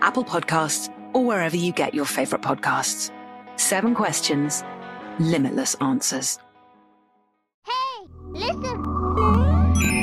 Apple Podcasts, or wherever you get your favorite podcasts. Seven questions, limitless answers. Hey, listen.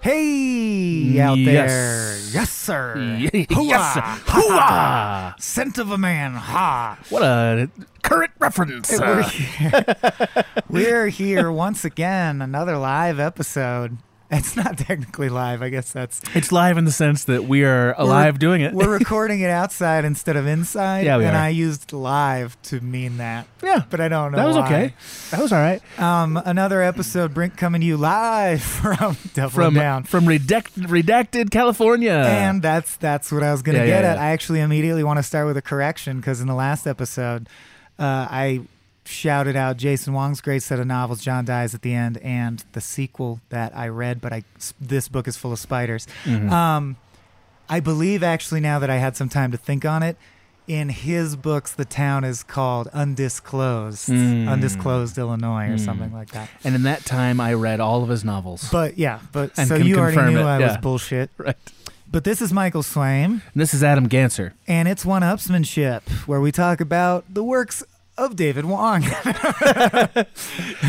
Hey out Yes. there. Yes, sir. Yes, sir. Hooah. Hooah. Scent of a man. Ha. What a current reference. We're, Uh, we're here once again, another live episode. It's not technically live. I guess that's. it's live in the sense that we are alive doing it. We're recording it outside instead of inside. Yeah, we And are. I used live to mean that. yeah, But I don't know. that was why. okay. That was all right. Um, another episode, Brink, coming to you live from Double From Down. from redacted, redacted California. and that's that's what I was gonna Uh, Yeah, get yeah, at. yeah. I actually immediately want to start with a correction because in the last episode, uh, I shouted out Jason Wong's great set of novels, John Dies at the End, and the sequel that I read. But I this book is full of spiders. Mm-hmm. Um, I believe actually now that I had some time to think on it. In his books, the town is called Undisclosed, Mm. Undisclosed Illinois, or something like that. And in that time, I read all of his novels. But yeah, but And so can you already confirm knew it, I was yeah. bullshit. right. But this is Michael Swaim. And this is Adam Ganser. and it's one upsmanship where we talk about the works of David Wong.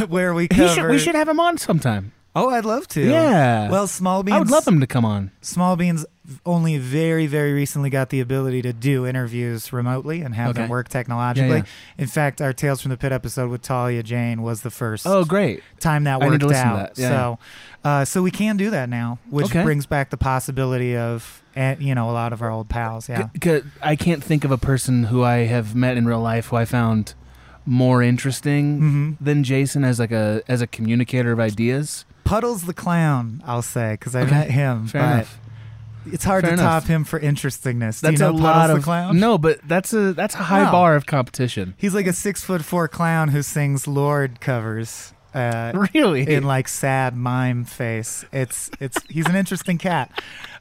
where we He cover should, we should have him on sometime. Oh, I'd love to. Yeah. Well, Small Beans I would love him to come on. Small Beans only very very recently got the ability to do interviews remotely and have them Okay. work technologically. Yeah, yeah. In fact, our Tales from the Pit episode with Talia Jane was the first Oh, great. time that I worked need to listen to out. that. Yeah, so, Uh, so we can do that now, which Okay. brings back the possibility of eh, you know, a lot of our old pals, yeah. C- c- I can't think of a person who I have met in real life who I found more interesting than Jason as like a as a communicator of ideas. Puddles the clown, I'll say, because I met him. Fair but enough. It's hard Fair to enough. top him for interestingness. Do That's you know a lot Puddles of the clown? No, but that's a that's a high Wow. bar of competition. he's like a six foot four clown who sings Lord covers. Uh, Really? in like sad mime face. It's it's he's an interesting cat.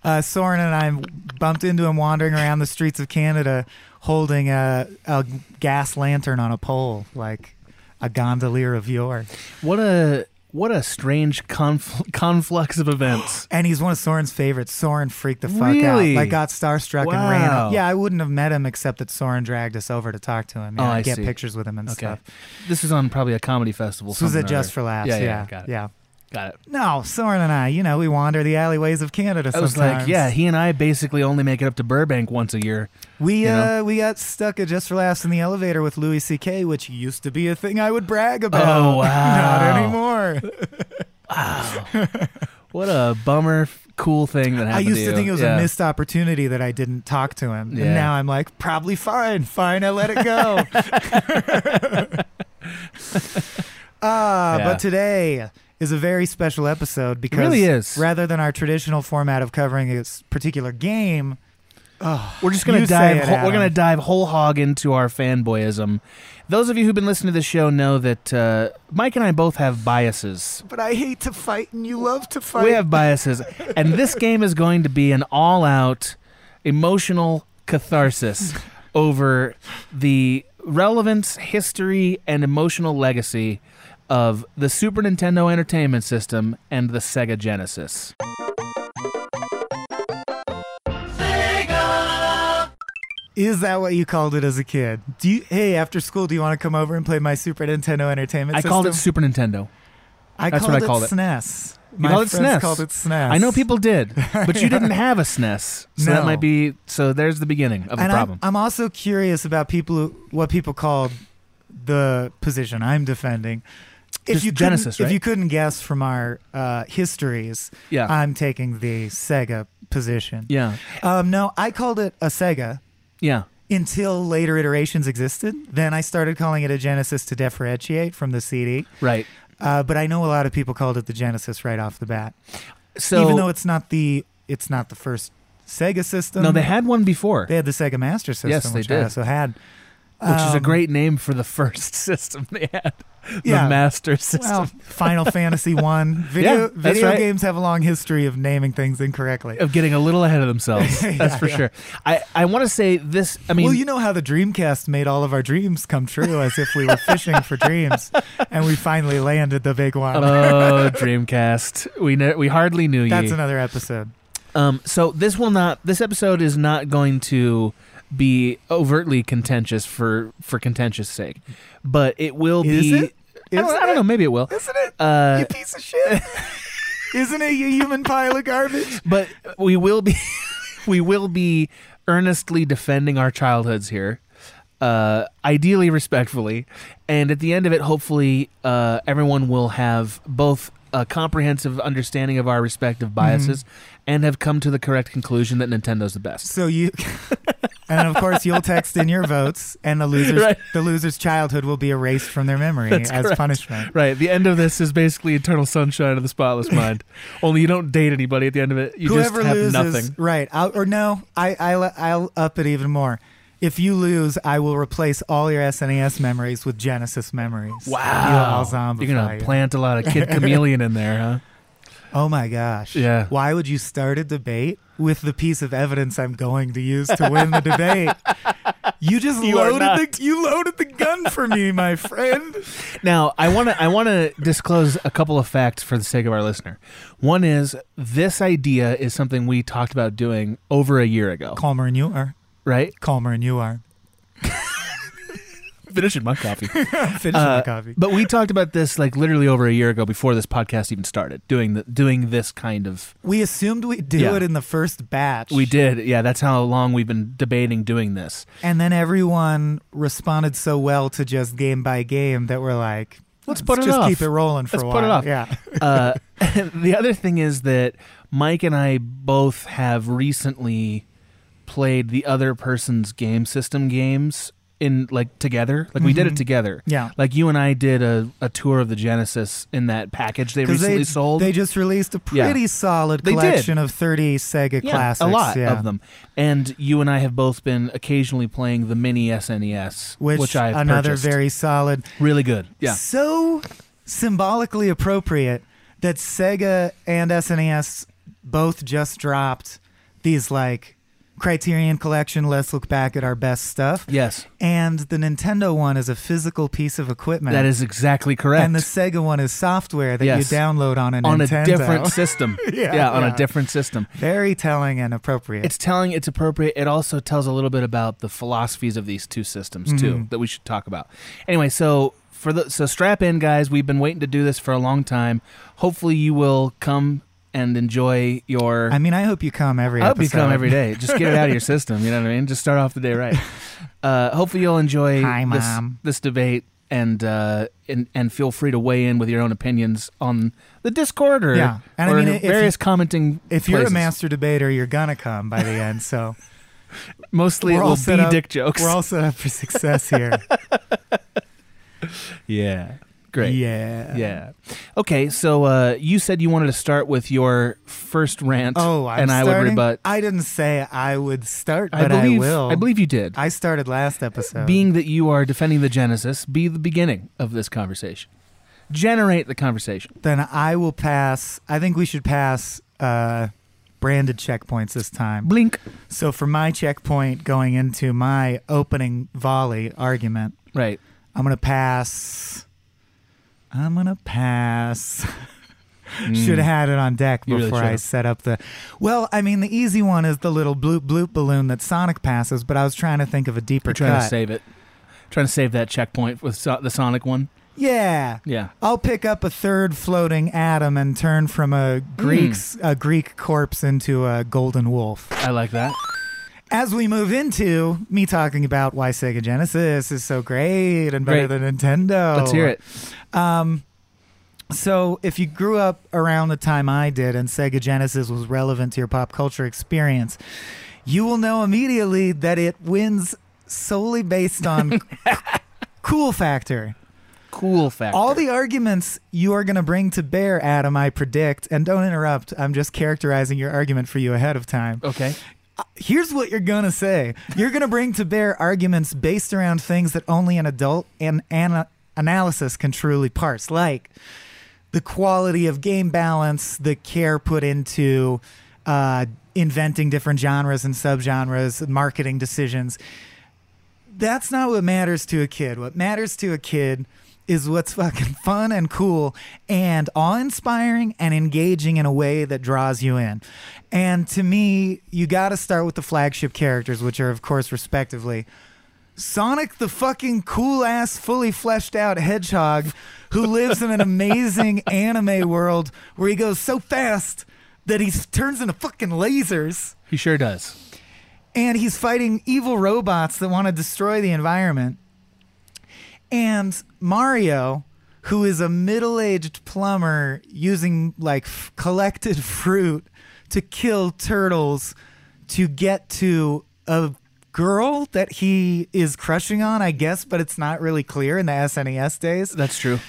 Uh, Soren and I bumped into him wandering around the streets of Canada, holding a, a gas lantern on a pole, like a gondolier of yore. what a what a strange conf- conflux of events. And he's one of Soren's favorites. Soren freaked the fuck Really? out. Like got starstruck and ran. Wow. up. Yeah, I wouldn't have met him except that Soren dragged us over to talk to him. Yeah, Oh, I get see. pictures with him and Okay, stuff. this is on probably a comedy festival. This was something at or Just other. for Laughs. Yeah, Yeah, yeah, got it. Got it. No, Soren and I, you know, we wander the alleyways of Canada. I was sometimes. like, yeah, he and I basically only make it up to Burbank once a year. we you know. uh, we got stuck at Just for Laughs in the elevator with Louis C.K., which used to be a thing I would brag about. Oh, wow. Not anymore. What a bummer, f- cool thing that happened. I used to you. think it was Yeah. a missed opportunity that I didn't talk to him, Yeah. and now I'm like, probably fine, fine. I let it go. Uh, Yeah. But today is a very special episode because really is. rather than our traditional format of covering a s- particular game, Ah, we're just gonna you say dive. it, whole- we're Adam. gonna dive whole hog into our fanboyism. Those of you who've been listening to the show know that uh, Mike and I both have biases. But I hate to fight, and you love to fight. We have biases, and this game is going to be an all-out emotional catharsis over the relevance, history, and emotional legacy of the Super Nintendo Entertainment System and the Sega Genesis. Is that what you called it as a kid? Do you? Hey, after school, do you want to come over and play my Super Nintendo Entertainment I System? called it Super Nintendo. I that's called what I it called it. SNES. You my called it friends SNES. called it SNES. I know people did, but you didn't have a SNES, so that No. might be. So there's the beginning of the and problem. I'm, I'm also curious about people who, what people called the position I'm defending. If Just you couldn't- Genesis, right? if you couldn't guess from our uh, histories, Yeah. I'm taking the Sega position. yeah, Um, no, I called it a Sega yeah. until later iterations existed. Then I started calling it a Genesis to differentiate from the CD. Right. Uh, but I know a lot of people called it the Genesis right off the bat, So even though it's not the it's not the first Sega system. no, they had one before, they had the Sega Master System, Yes, they which did. I also had. which is a um, great name for the first system they had, Yeah. the Master System. Well, Final Fantasy One. Video Yeah, that's video right. games have a long history of naming things incorrectly. Of getting a little ahead of themselves, that's for yeah. sure. I, I want to say this. I mean, well, you know how the Dreamcast made all of our dreams come true, as if we were fishing for dreams, and we finally landed the big one. oh Dreamcast, we ne- we hardly knew That's you. another episode. Um, so this will not. This episode is not going to be overtly contentious for for contentious sake, but it will Is be. it? I, don't, Isn't I don't know. it? Maybe it will. Isn't it? Uh, you piece of shit. Isn't it you human pile of garbage? But we will be. we will be earnestly defending our childhoods here. Uh, ideally, respectfully, and at the end of it, hopefully, uh, everyone will have both a comprehensive understanding of our respective Mm-hmm. biases and have come to the correct conclusion that Nintendo's the best. So you And of course you'll text in your votes and the losers Right. the loser's childhood will be erased from their memory That's as correct. punishment. Right. The end of this is basically eternal sunshine of the spotless mind. Only you don't date anybody at the end of it. You Whoever just have loses, nothing. right? I'll, or no, I, I I'll up it even more. If you lose, I will replace all your SNES memories with Genesis memories. Wow. You'll all You're gonna zombify you. plant a lot of kid chameleon in there, huh? Oh my gosh. Yeah. Why would you start a debate with the piece of evidence I'm going to use to win the debate? You just You are loaded not. the you loaded the gun for me, my friend. Now, I want to I want to disclose a couple of facts for the sake of our listener. One is this idea is something we talked about doing over a year ago, Calmer and you are. right? Calmer and you are. Finishing my coffee. Finish Uh, the coffee. But we talked about this like literally over a year ago before this podcast even started, doing the, doing this kind of We assumed we'd do Yeah. it in the first batch. We did. Yeah, that's how long we've been debating doing this. And then everyone responded so well to just game by game that we're like, Let's put it just off. keep it rolling for Let's a while. put it off. Yeah. Uh, the other thing is that Mike and I both have recently played the other person's game system games in like together. Like we did it together. Mm-hmm. Yeah. Like you and I did a, a tour of the Genesis in that package they recently they, sold. they just released a Yeah. pretty solid They did. collection of 30 Sega yeah, classics. a lot yeah. of them. And you and I have both been occasionally playing the mini SNES, Which, I another purchased. very solid. really good. Yeah. So symbolically appropriate that Sega and SNES both just dropped these like Criterion Collection, let's look back at our best stuff. Yes. And the Nintendo one is a physical piece of equipment. That is exactly correct. And the Sega one is software that Yes. you download on a on Nintendo. a different system. yeah, Yeah, on yeah. a different system. Very telling and appropriate. It's telling it's appropriate. It also tells a little bit about the philosophies of these two systems Mm-hmm. too that we should talk about. Anyway, so for the so strap in guys, we've been waiting to do this for a long time. Hopefully you will come and enjoy your I mean, I hope you come every I hope you episode. come every day. Just get it out of your system. You know what I mean? Just start off the day right. Uh, hopefully, you'll enjoy Hi, this, Mom. this debate and, uh, and and feel free to weigh in with your own opinions on the Discord or, Yeah. And I or mean, if you- various commenting. If you're places. a master debater, you're gonna come by the end. So mostly it we're will all be set up, dick jokes. We're all set up for success here. yeah. great. Yeah. Yeah. Okay, so uh, you said you wanted to start with your first rant. Oh, I'm and I would starting? rebut. I didn't say I would start, I but I, believe will. believe you did. I started last episode. Being that you are defending the Genesis, be the beginning of this conversation. Generate the conversation. then I will pass. I think we should pass uh, branded checkpoints this time. Blink. So for my checkpoint going into my opening volley argument, Right. I'm gonna pass. I'm gonna pass. Should have had it on deck Hmm. You really before I should've. set up the. Well, I mean, the easy one is the little bloop bloop balloon that Sonic passes, but I was trying to think of a deeper We're trying to cut. save it. Trying to save that checkpoint with so- the Sonic one. yeah, Yeah. I'll pick up a third floating atom and turn from a Greek's Hmm. a Greek corpse into a golden wolf. I like that. As we move into me talking about why Sega Genesis is so great and better Great. than Nintendo. Let's hear it. So, if you grew up around the time I did and Sega Genesis was relevant to your pop culture experience, you will know immediately that it wins solely based on cool factor. Cool factor. All the arguments you are going to bring to bear, Adam, I predict, and don't interrupt. I'm just characterizing your argument for you ahead of time. Okay. Here's what you're going to say you're going to bring to bear arguments based around things that only an adult and ana- analysis can truly parse, like the quality of game balance, the care put into uh, inventing different genres and subgenres, marketing decisions. That's not what matters to a kid. What matters to a kid is what's fucking fun and cool and awe inspiring and engaging in a way that draws you in. And to me, you got to start with the flagship characters, which are, of course, respectively Sonic the fucking cool ass, fully fleshed out hedgehog who lives in an amazing anime world where he goes so fast that he turns into fucking lasers He sure does. and he's fighting evil robots that want to destroy the environment. And Mario, who is a middle aged plumber using like f- collected fruit to kill turtles to get to a girl that he is crushing on, I guess, but it's not really clear in the SNES days That's true.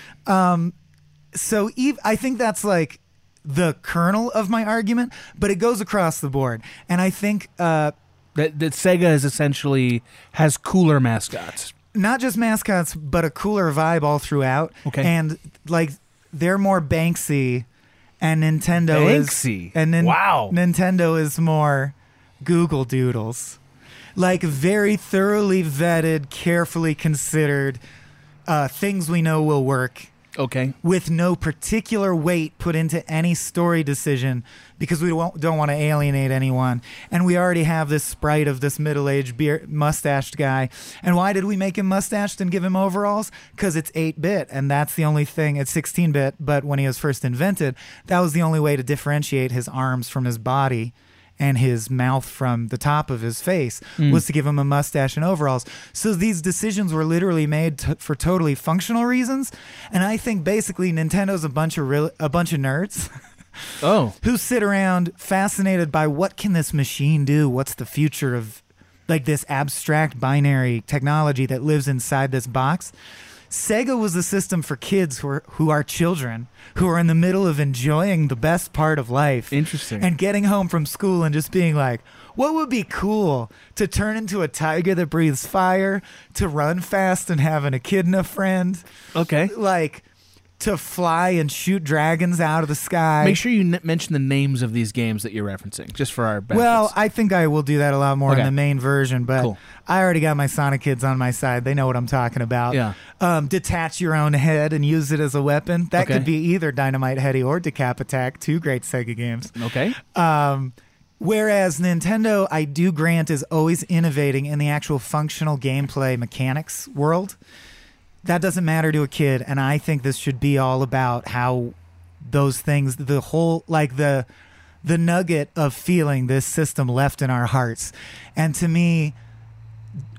so Eve, I think that's like the kernel of my argument, but it goes across the board. And I think uh, That, that Sega is essentially has cooler mascots. not just mascots, but a cooler vibe all throughout. Okay. And like they're more Banksy, and Nintendo Banksy? is and Nin- Wow. Nintendo is more Google Doodles, like very thoroughly vetted, carefully considered uh, things we know will work Okay. with no particular weight put into any story decision because we don't, don't want to alienate anyone. And we already have this sprite of this middle aged beer mustached guy. And why did we make him mustached and give him overalls? Because it's 8 bit, and that's the only thing. It's 16 bit, but when he was first invented, that was the only way to differentiate his arms from his body and his mouth from the top of his face was to give him a mustache and overalls. So these decisions were literally made t- for totally functional reasons, and I think basically Nintendo's a bunch of real a bunch of nerds Oh. who sit around fascinated by what can this machine do? What's the future of like this abstract binary technology that lives inside this box? Sega was a system for kids who are, who are children, who are in the middle of enjoying the best part of life. Interesting. And getting home from school and just being like, what would be cool to turn into a tiger that breathes fire, to run fast and have an echidna friend, Okay. like to fly and shoot dragons out of the sky? Make sure you n- mention the names of these games that you're referencing, just for our benefits. Well, I think I will do that a lot more Okay. in the main version, but Cool. I already got my Sonic kids on my side. They know what I'm talking about. Yeah. Um, detach your own head and use it as a weapon. That Okay. could be either Dynamite Heady or Decap Attack, two great Sega games. okay. Um, whereas Nintendo, I do grant, is always innovating in the actual functional gameplay mechanics world. That doesn't matter to a kid, and I think this should be all about how those things, the whole like the the nugget of feeling this system left in our hearts. And to me,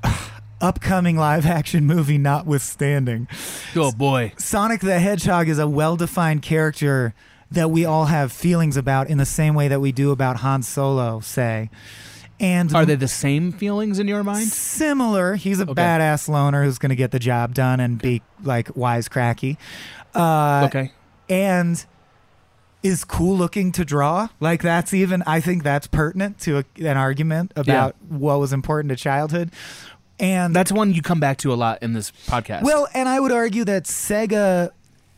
upcoming live action movie notwithstanding, Oh boy. Sonic the Hedgehog is a well defined character that we all have feelings about in the same way that we do about Han Solo, say. And Are they the same feelings in your mind? similar. He's a badass loner who's going to get the job done and be like wisecracky. Uh, okay. and is cool looking to draw. Like that's even I think that's pertinent to a, an argument about what was important to childhood. And That's one you come back to a lot in this podcast. well, and I would argue that Sega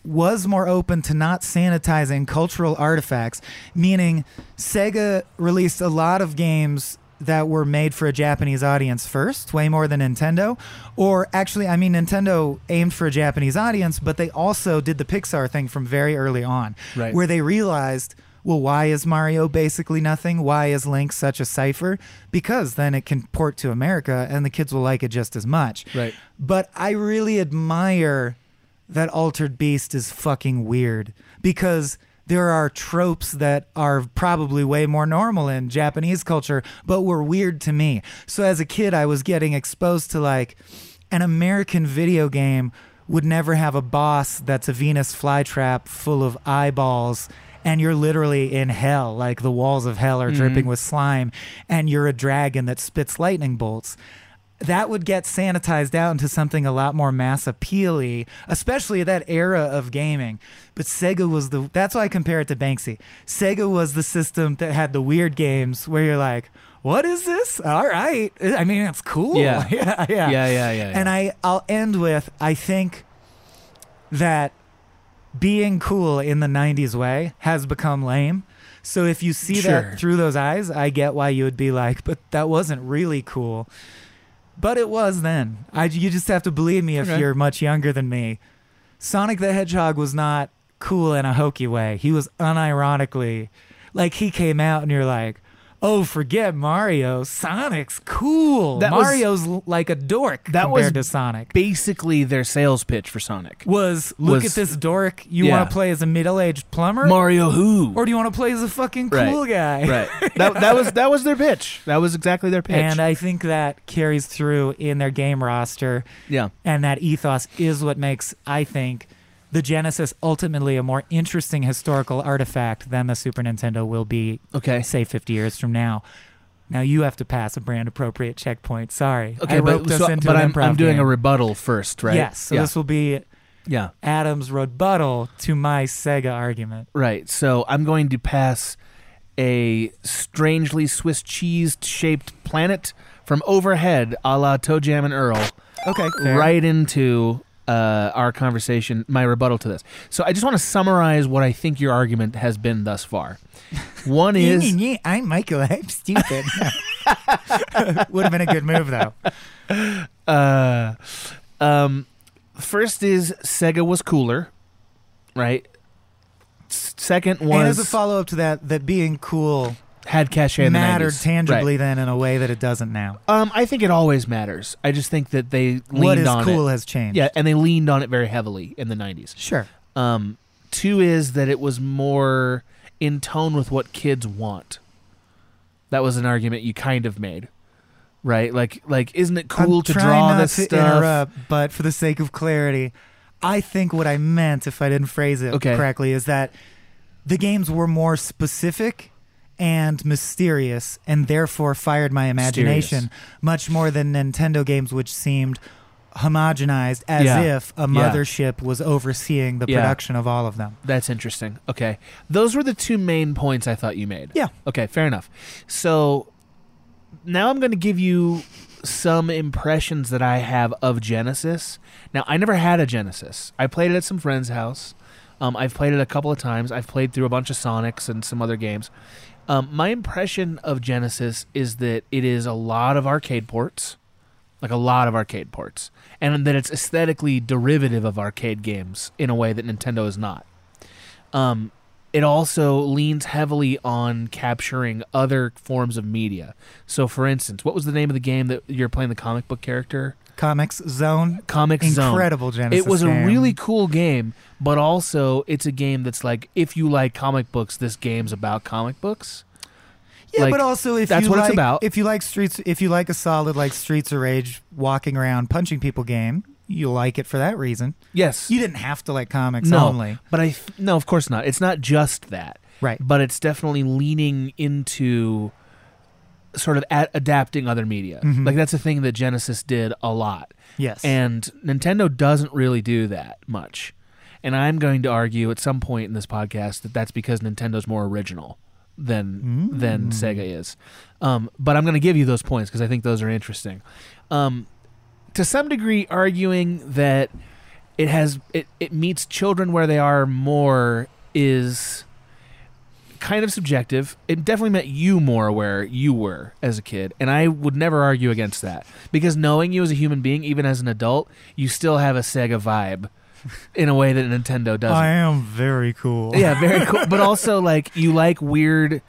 was more open to not sanitizing cultural artifacts, meaning Sega released a lot of games that were made for a Japanese audience first, way more than Nintendo. Or actually, I mean, Nintendo aimed for a Japanese audience, but they also did the Pixar thing from very early on, Right. where they realized. Well, why is Mario basically nothing? Why is Link such a cipher? Because then it can port to America and the kids will like it just as much Right. but I really admire that Altered Beast is fucking weird because there are tropes that are probably way more normal in Japanese culture, but were weird to me. So as a kid, I was getting exposed to like an American video game would never have a boss that's a Venus flytrap full of eyeballs. And you're literally in hell, like the walls of hell are dripping with slime, and you're a dragon that spits lightning bolts that would get sanitized out into something a lot more mass appealy, especially that era of gaming. But Sega was the that's why I compare it to Banksy. Sega was the system that had the weird games where you're like, what is this? All right. I mean, it's cool. Yeah. yeah, yeah. Yeah, yeah, yeah, And I I'll end with I think that being cool in the 90s way has become lame. So if you see Sure. that through those eyes, I get why you would be like, but that wasn't really cool. But it was then. I, you just have to believe me if Okay. you're much younger than me. Sonic the Hedgehog was not cool in a hokey way. He was unironically, like he came out and you're like, oh, forget Mario. Sonic's cool. That was- Mario's l- like a dork That was compared to Sonic. Basically, their sales pitch for Sonic. Was look was- at this dork. You Yeah. want to play as a middle-aged plumber, Mario who? or do you want to play as a fucking Right. cool guy? right. That, that was that was their pitch. That was exactly their pitch. And I think that carries through in their game roster. Yeah. And that ethos is what makes, I think, the Genesis ultimately a more interesting historical artifact than the Super Nintendo will be, okay. say, 50 years from now. Now you have to pass a brand appropriate checkpoint. Sorry. Okay, I but, roped us so- into but an I'm, improv I'm doing game. a rebuttal first, right? Yes. So yeah. this will be yeah. Adam's rebuttal to my Sega argument. Right. So I'm going to pass a strangely Swiss cheese shaped planet from overhead, a la Toe Jam and Earl, Okay. fair. right into uh, our conversation, my rebuttal to this. So I just want to summarize what I think your argument has been thus far. One is I'm Michael. I'm stupid. Would have been a good move though. uh, um, first is Sega was cooler, right? S- Second And as a was follow up to that, that being cool had cachet in the mattered 90s. tangibly Right. then in a way that it doesn't now. Um, I think it always matters. I just think that they leaned What is on cool it. has changed. Yeah, and they leaned on it very heavily in the 90s. Sure. Um, two is that it was more in tone with what kids want. That was an argument you kind of made, right? Like, like isn't it cool I'm to trying draw not this to stuff? interrupt, but for the sake of clarity, I think what I meant, if I didn't phrase it Okay. correctly, is that the games were more specific and mysterious, and therefore fired my imagination much more than Nintendo games, which seemed homogenized as Yeah. if a Yeah. mothership was overseeing the Yeah. production of all of them. That's interesting. Okay, those were the two main points I thought you made. Yeah. Okay, fair enough. So now I'm going to give you some impressions that I have of Genesis. Now I never had a Genesis. I played it at some friend's house. Um, I've played it a couple of times. I've played through a bunch of Sonics and some other games. Um, my impression of Genesis is that it is a lot of arcade ports, like a lot of arcade ports, and that it's aesthetically derivative of arcade games in a way that Nintendo is not. Um, it also leans heavily on capturing other forms of media. So, for instance, what was the name of the game that you're playing the comic book character? Comics Zone, Comic Zone. incredible Genesis. It was game. a really cool game, but also it's a game that's like, if you like comic books, this game's about comic books. Yeah, Like, but also if that's you what it's like, about. If you like streets, if you like a solid like Streets of Rage, walking around punching people game, you like it for that reason. Yes. You didn't have to like comics no, only. but I th- no, of course not. It's not just that, Right. But it's definitely leaning into sort of ad- adapting other media. Like that's a thing that Genesis did a lot. Mm-hmm. Yes. And Nintendo doesn't really do that much. And I'm going to argue at some point in this podcast that that's because Nintendo's more original than Mm. than Sega is. Um, but I'm going to give you those points because I think those are interesting. Um, to some degree, arguing that it has it, it meets children where they are more is kind of subjective. It definitely meant you more where you were as a kid, and I would never argue against that because knowing you as a human being, even as an adult, you still have a Sega vibe in a way that Nintendo doesn't. I am very cool. Yeah, very cool. But also like you like weird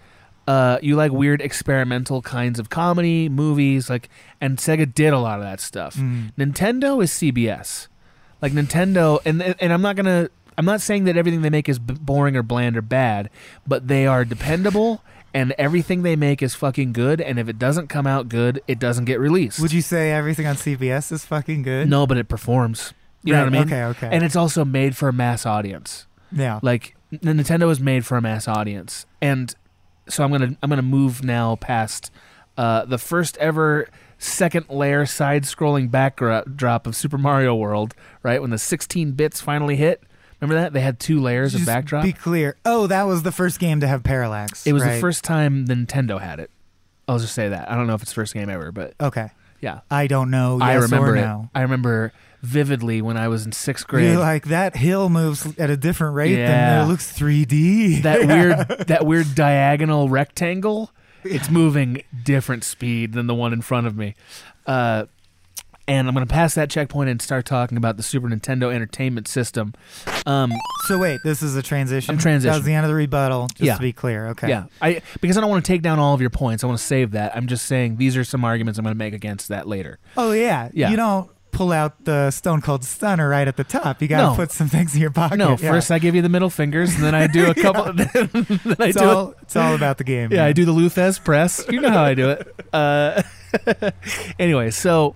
uh you like weird experimental kinds of comedy, movies, like and Sega did a lot of that stuff. Mm. Nintendo is CBS. Like Nintendo and and I'm not going to I'm not saying that everything they make is b- boring or bland or bad, but they are dependable and everything they make is fucking good and if it doesn't come out good, it doesn't get released. Would you say everything on CBS is fucking good? no, but it performs. You know Right, what I mean? okay, okay. And it's also made for a mass audience Yeah. like N- Nintendo is made for a mass audience, and so I'm gonna I'm gonna move now past uh, the first ever second layer side-scrolling backdrop of Super Mario World. Right when the 16 bits finally hit, remember that they had two layers of Just backdrop. Be clear. Oh, that was the first game to have parallax. it was right? the first time Nintendo had it. I'll just say that. I don't know if it's first game ever, but Okay. yeah, I don't know. Uh, Yes I remember or it. no. I remember vividly when I was in sixth grade. You're like that hill moves at a different rate Yeah. than it looks 3D. that weird that weird diagonal rectangle it's moving different speed than the one in front of me uh, and i'm going to pass that checkpoint and start talking about the super nintendo entertainment system um, so wait, this is a transition. I'm That transitioning. was the end of the rebuttal. Just Yeah. to be clear. Okay. yeah I, because i don't want to take down all of your points i want to save that i'm just saying these are some arguments i'm going to make against that later Oh yeah. Yeah. You don't pull out the Stone Cold Stunner right at the top. You got to No. put some things in your pocket. no Yeah. first i give you the middle fingers and then i do a couple then, I it's do a- all it's all about the game. Yeah, I do the Luthes press. You know how I do it. Uh, anyway, so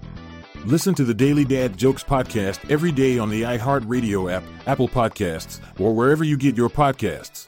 Listen to the Daily Dad Jokes podcast every day on the iHeartRadio app, Apple Podcasts, or wherever you get your podcasts.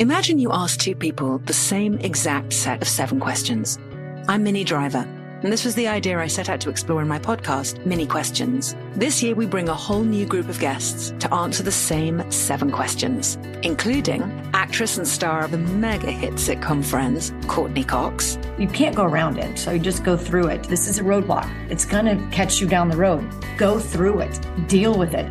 Imagine you ask two people the same exact set of seven questions. I'm Minnie Driver, and this was the idea I set out to explore in my podcast, Mini Questions. This year, we bring a whole new group of guests to answer the same seven questions, including actress and star of the mega hit sitcom Friends, Courtney Cox, You can't go around it, so you just go through it. This is a roadblock. It's going to catch you down the road. Go through it, deal with it.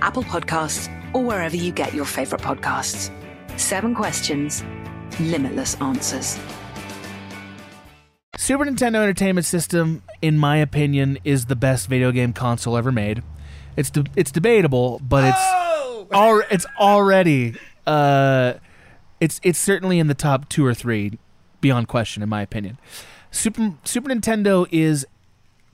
Apple Podcasts, or wherever you get your favorite podcasts. Seven questions, limitless answers. Super Nintendo Entertainment System, in my opinion, is the best video game console ever made. It's de- it's debatable, but it's al- it's already uh, it's it's certainly in the top two or three, beyond question, in my opinion. Super Super Nintendo is,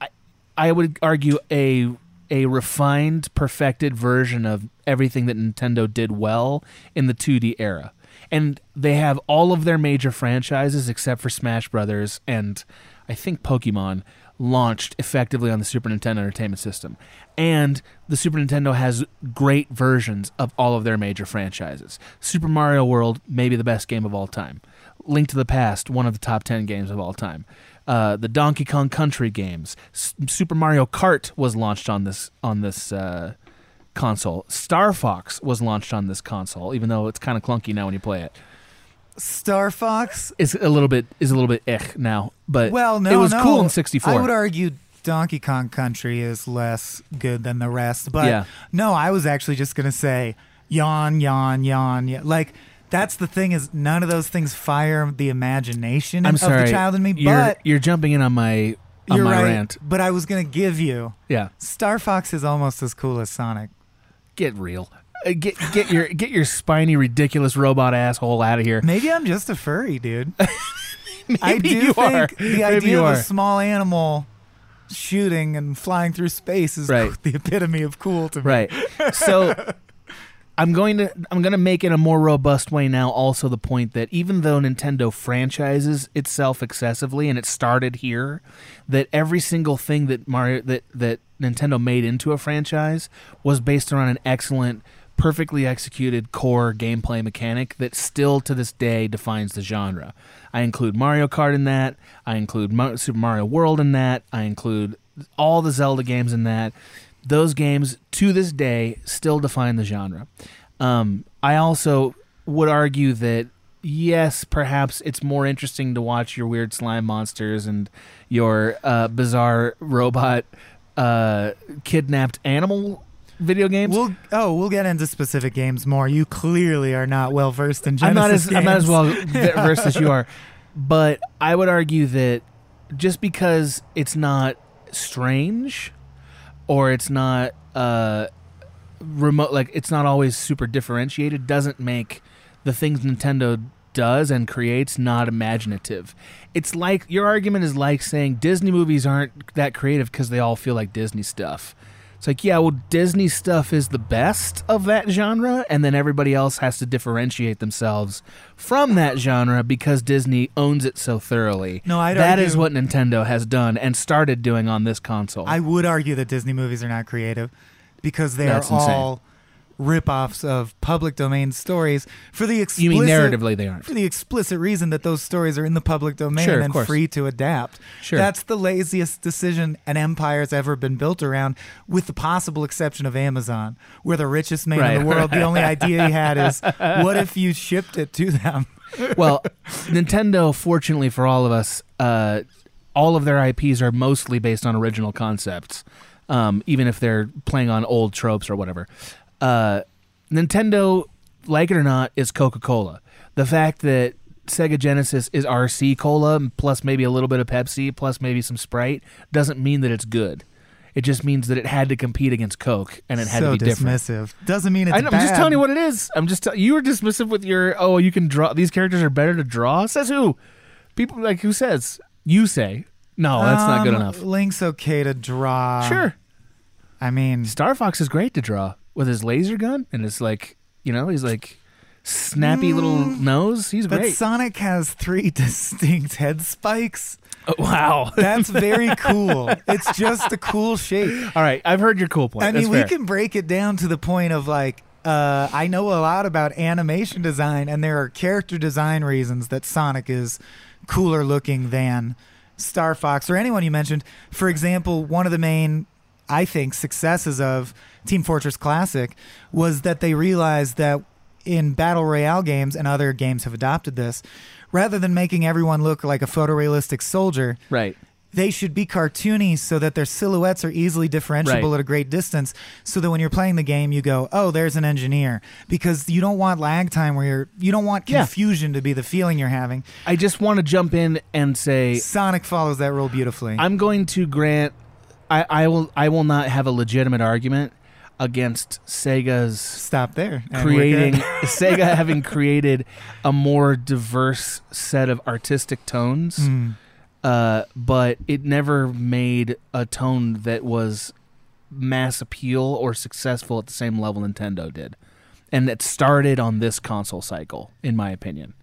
I, I would argue a a refined, perfected version of everything that Nintendo did well in the 2D era. And they have all of their major franchises except for Smash Brothers and I think Pokemon launched effectively on the Super Nintendo Entertainment System. And the Super Nintendo has great versions of all of their major franchises. Super Mario World, maybe the best game of all time. Link to the Past, one of the top 10 games of all time. Uh, the Donkey Kong Country games, S- Super Mario Kart was launched on this on this uh, console. Star Fox was launched on this console, even though it's kind of clunky now when you play it. Star Fox It's a little bit is a little bit eh now, but well, no, it was no. cool in '64. I would argue Donkey Kong Country is less good than the rest, but Yeah. no, I was actually just gonna say yawn, yawn, yawn, yawn. Like that's the thing is none of those things fire the imagination I'm of sorry, the child in me. You're, but you're jumping in on my on you're my right. rant. But I was gonna give you Yeah, Star Fox is almost as cool as Sonic. get real. Uh, Get get your get your spiny ridiculous robot asshole out of here. Maybe I'm just a furry, dude. I Maybe do you think are. the Maybe idea you of are. a small animal shooting and flying through space is Right. the epitome of cool to me. Right. So I'm going to I'm going to make in a more robust way now also the point that even though Nintendo franchises itself excessively and it started here that every single thing that Mario that that Nintendo made into a franchise was based around an excellent perfectly executed core gameplay mechanic that still to this day defines the genre. I include Mario Kart in that, I include Mo- Super Mario World in that, I include all the Zelda games in that those games to this day still define the genre. Um, I also would argue that yes, perhaps it's more interesting to watch your weird slime monsters and your uh, bizarre robot uh, kidnapped animal video games. We'll oh, we'll get into specific games more. You clearly are not well versed in Genesis I'm not as I'm not as games. well ve- versed as you are, but I would argue that just because it's not strange or it's not uh, remote, like it's not always super differentiated, doesn't make the things Nintendo does and creates not imaginative. It's like your argument is like saying Disney movies aren't that creative because they all feel like Disney stuff. It's like, yeah, well, Disney stuff is the best of that genre, and then everybody else has to differentiate themselves from that genre because Disney owns it so thoroughly. No, I'd That is argue- what Nintendo has done and started doing on this console. I would argue that Disney movies are not creative because they That's are insane. all rip-offs of public domain stories for the explicit You mean narratively they aren't. for the explicit reason that those stories are in the public domain Sure, of and course. free to adapt. Sure. That's the laziest decision an empire's ever been built around with the possible exception of Amazon, where the richest man in Right. the world the only idea he had is what if you shipped it to them? well, Nintendo, fortunately for all of us, uh, all of their IPs are mostly based on original concepts, um, even if they're playing on old tropes or whatever. Uh, Nintendo, like it or not, is Coca Cola. The fact that Sega Genesis is RC Cola, plus maybe a little bit of Pepsi, plus maybe some Sprite, doesn't mean that it's good. It just means that it had to compete against Coke, and it had so to be different. dismissive. Doesn't mean it's I know, I'm just bad. telling you what it is. I'm just tell- you were dismissive with your oh you can draw these characters are better to draw. Says who? People like who says? You say. No, Oh, that's not good Um, enough. Link's okay to draw. Sure. I mean, Star Fox is great to draw with his laser gun and it's like, you know, he's like snappy little nose. He's Mm, but great. Sonic has three distinct head spikes. Oh, wow. That's very cool. it's just a cool shape. All right, I've heard your cool point. I mean, That's we fair. can break it down to the point of like, uh, I know a lot about animation design, and there are character design reasons that Sonic is cooler looking than Star Fox or anyone you mentioned. For example, one of the main, I think, successes of Team Fortress Classic was that they realized that in battle royale games and other games have adopted this, rather than making everyone look like a photorealistic soldier, Right. they should be cartoony so that their silhouettes are easily differentiable Right. at a great distance so that when you're playing the game you go oh there's an engineer because you don't want lag time where you're you don't want Yeah. confusion to be the feeling you're having I just want to jump in and say sonic follows that rule beautifully I'm going to grant. I, I will. I will not have a legitimate argument against Sega's stop there and we're creating good. Sega having created a more diverse set of artistic tones, Mm. uh, but it never made a tone that was mass appeal or successful at the same level Nintendo did, and that started on this console cycle, in my opinion.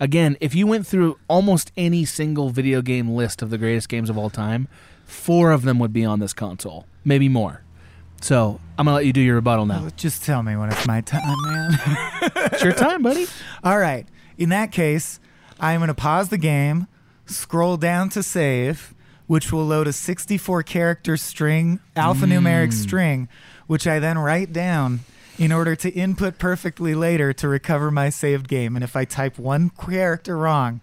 Again, if you went through almost any single video game list of the greatest games of all time, four of them would be on this console, maybe more. So I'm gonna let you do your rebuttal now. Just tell me when it's my time, man. it's your time, buddy. All right. In that case, I'm going to pause the game, scroll down to save, which will load a 64 character string, alphanumeric Hmm. string, which I then write down in order to input perfectly later to recover my saved game. And if I type one character wrong,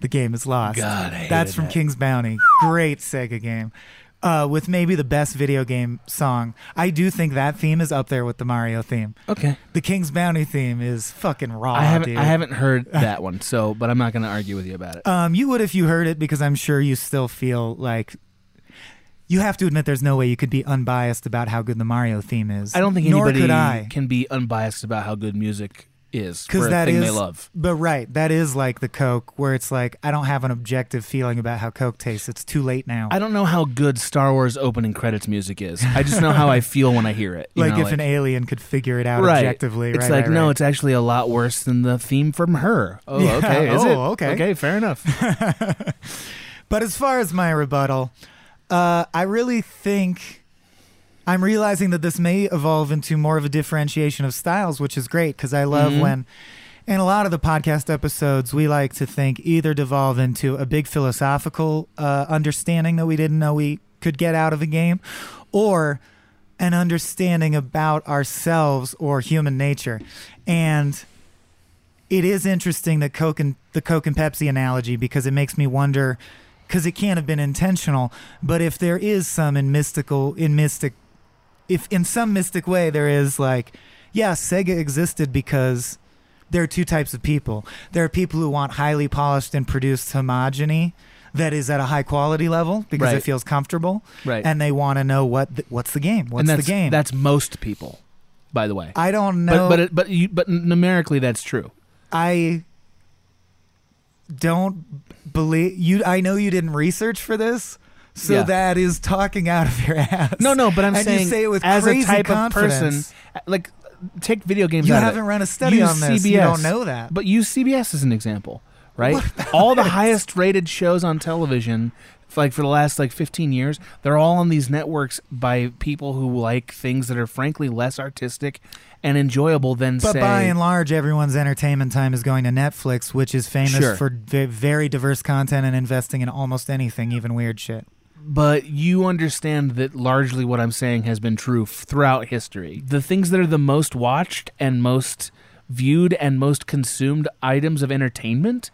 the game is lost. God, I hated That's from that. King's Bounty. Great Sega game. Uh, with maybe the best video game song. I do think that theme is up there with the Mario theme. Okay. The King's Bounty theme is fucking raw. I haven't dude. I haven't heard that one, so but I'm not going to argue with you about it. Um, you would if you heard it because I'm sure you still feel like you have to admit there's no way you could be unbiased about how good the Mario theme is. I don't think Nor anybody could I. can be unbiased about how good music is for Because a that thing is, they love. but right, that is like the Coke, where it's like I don't have an objective feeling about how Coke tastes. It's too late now. I don't know how good Star Wars opening credits music is. I just know how I feel when I hear it. you like know, if an alien could figure it out right. objectively, It's right? like right, no, right. it's actually a lot worse than the theme from her. Oh, Yeah. okay. Is oh, it? okay. Okay, fair enough. But as far as my rebuttal, uh, I really think I'm realizing that this may evolve into more of a differentiation of styles, which is great because I love Mhm. when, in a lot of the podcast episodes, we like to think either devolve into a big philosophical uh, understanding that we didn't know we could get out of a game, or an understanding about ourselves or human nature. And it is interesting that Coke and the Coke and Pepsi analogy because it makes me wonder because it can't have been intentional, but if there is some in mystical in mystic if in some mystic way there is like yeah, Sega existed because there are two types of people. There are people who want highly polished and produced homogeny that is at a high quality level because it Right. feels comfortable. Right. And they want to know what the, what's the game? What's and that's the game? That's most people, by the way. I don't know. But but it, but, you, but numerically that's true. I don't believe you. I know you didn't research for this, so Yeah. that is talking out of your ass. No, no, but I'm And you saying say it with as crazy a type confidence. of person, like take video games. You out of haven't it. run a study Use on this. You don't know that. But use CBS as an example, right? All the highest rated shows on television, f- like for the last like 15 years, they're all on these networks by people who like things that are frankly less artistic and enjoyable than But say. by and large, everyone's entertainment time is going to Netflix, which is famous Sure. for ve- very diverse content and investing in almost anything, even weird shit. but you understand that largely what I'm saying has been true f- throughout history. The things that are the most watched and most viewed and most consumed items of entertainment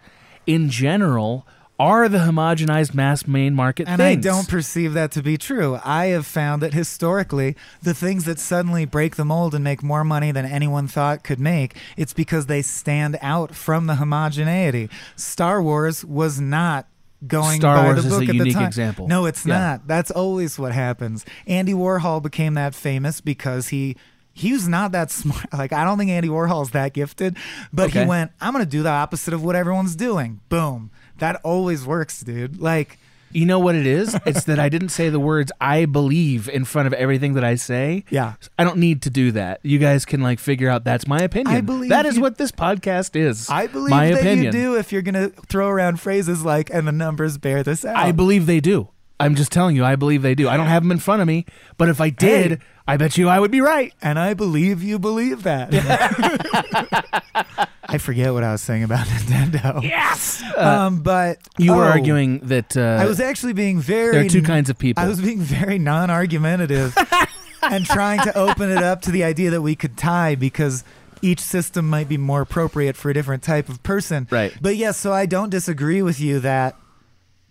in general are the homogenized mass main market And things. I don't perceive that to be true. I have found that historically, the things that suddenly break the mold and make more money than anyone thought could make, it's because they stand out from the homogeneity. Star Wars was not going Star by Wars the is book a at the unique time. example. No, it's Yeah. not. That's always what happens. Andy Warhol became that famous because he he was not that smart. Like I don't think Andy Warhol's that gifted, but he Okay. went, "I'm going to do the opposite of what everyone's doing." Boom. That always works, dude. Like You know what it is? It's that I didn't say the words I believe in front of everything that I say. Yeah. I don't need to do that. You guys can like figure out that's my opinion. I believe that is you- what this podcast is. I believe my that opinion. you do if you're going to throw around phrases like, and the numbers bear this out. I believe they do. I'm just telling you, I believe they do. I don't have them in front of me, but if I did, Hey. I bet you I would be right. And I believe you believe that. I forget what I was saying about Nintendo. Yes! um, but Uh, You were oh, arguing that uh, I was actually being very. there are two kinds of people. I was being very non-argumentative and trying to open it up to the idea that we could tie because each system might be more appropriate for a different type of person. Right. But yes, so I don't disagree with you that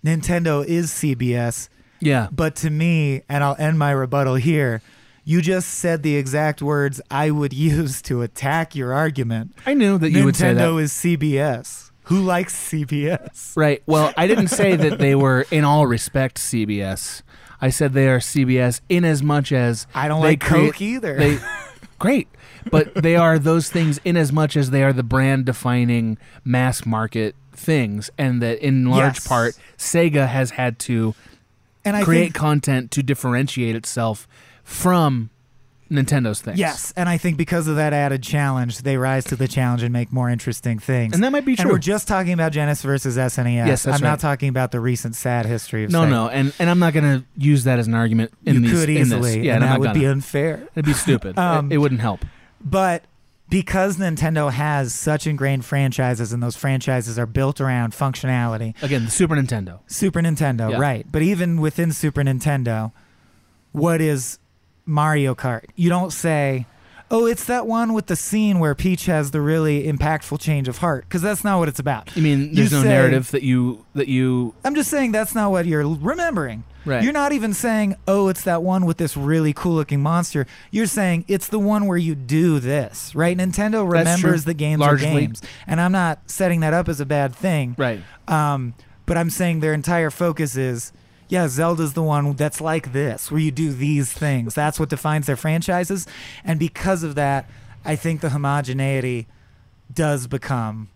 Nintendo is CBS. Yeah. But to me, and I'll end my rebuttal here, you just said the exact words I would use to attack your argument. I knew that you would say that. Nintendo is CBS. Who likes CBS? Right. Well, I didn't say that they were in all respect CBS. I said they are CBS in as much as I don't they like create- Coke either. They, great, but they are those things in as much as they are the brand defining mass market things, and that in large Yes. part Sega has had to And I create think- content to differentiate itself from Nintendo's things. Yes, and I think because of that added challenge, they rise to the challenge and make more interesting things. And that might be And true. we're just talking about Genesis versus SNES. Yes, that's I'm right. not talking about the recent sad history of No, Sega. no, and and I'm not going to use that as an argument in You these. could in this. easily, yeah, and I'm that not would gonna. be unfair. It'd be stupid. It- Um, it, wouldn't help. But because Nintendo has such ingrained franchises, and those franchises are built around functionality, Again, the Super Nintendo. Super Nintendo, Yeah. right? But even within Super Nintendo, what is Mario Kart? You don't say, "Oh, it's that one with the scene where Peach has the really impactful change of heart," because that's not what it's about. You mean there's no say- narrative that you that you I'm just saying that's not what you're remembering. Right. You're not even saying, "Oh, it's that one with this really cool-looking monster." You're saying it's the one where you do this, right? Nintendo That's remembers true. the games Largely. are games, and I'm not setting that up as a bad thing, Right. Um, but I'm saying their entire focus is, yeah, Zelda's the one that's like this, where you do these things. That's what defines their franchises, and because of that, I think the homogeneity does become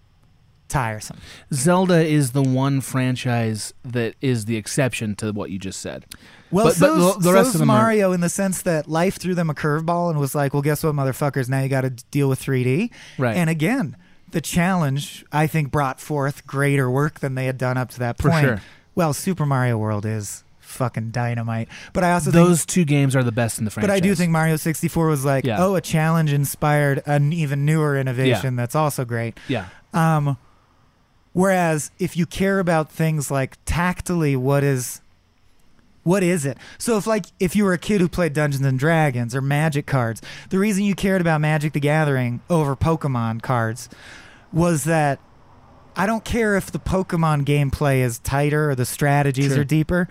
tiresome. Zelda is the one franchise that is the exception to what you just said. Well, but, but so's, the- the rest so's of them are- Mario in the sense that life threw them a curveball and was like, "Well, guess what, motherfuckers? Now you got to deal with 3D." Right. And again, the challenge I think brought forth greater work than they had done up to that For point. sure. Well, Super Mario World is fucking dynamite, but I also those think, two games are the best in the franchise. but I do think Mario 64 was like, Yeah. "Oh, a challenge inspired an even newer innovation that's also great." yeah, Um, whereas if you care about things like tactily, what is what is it? So if like if you were a kid who played Dungeons and Dragons or Magic cards, the reason you cared about Magic the Gathering over Pokemon cards was that I don't care if the Pokemon gameplay is tighter or the strategies Sure. are deeper.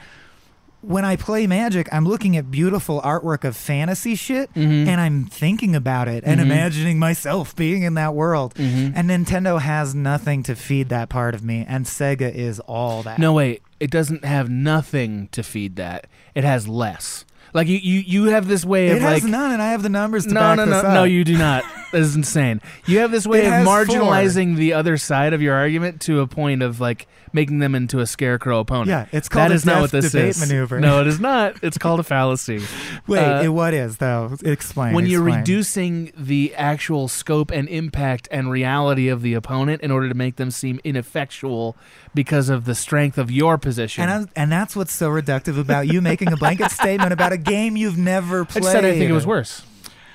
When I play Magic, I'm looking at beautiful artwork of fantasy shit Mm-hmm. and I'm thinking about it and Mhm. imagining myself being in that world. Mm-hmm. And Nintendo has nothing to feed that part of me, and Sega is all that. No, wait. It doesn't have nothing to feed that. It has less. Like you, you, you have this way it of has like none, and I have the numbers to no, back no, this no, up. no. You do not. That is insane. You have this way It of has marginalizing the other side of your argument to a point of like making them into a scarecrow opponent. Yeah, it's called that a is not what deaf this debate is. maneuver. No, it is not. It's called a fallacy. Wait, Uh, it, what is though? Explain. when you're explain. reducing the actual scope and impact and reality of the opponent in order to make them seem ineffectual because of the strength of your position. And, I'm, and that's what's so reductive about you making a blanket statement about a game you've never I played. just said I think it was worse.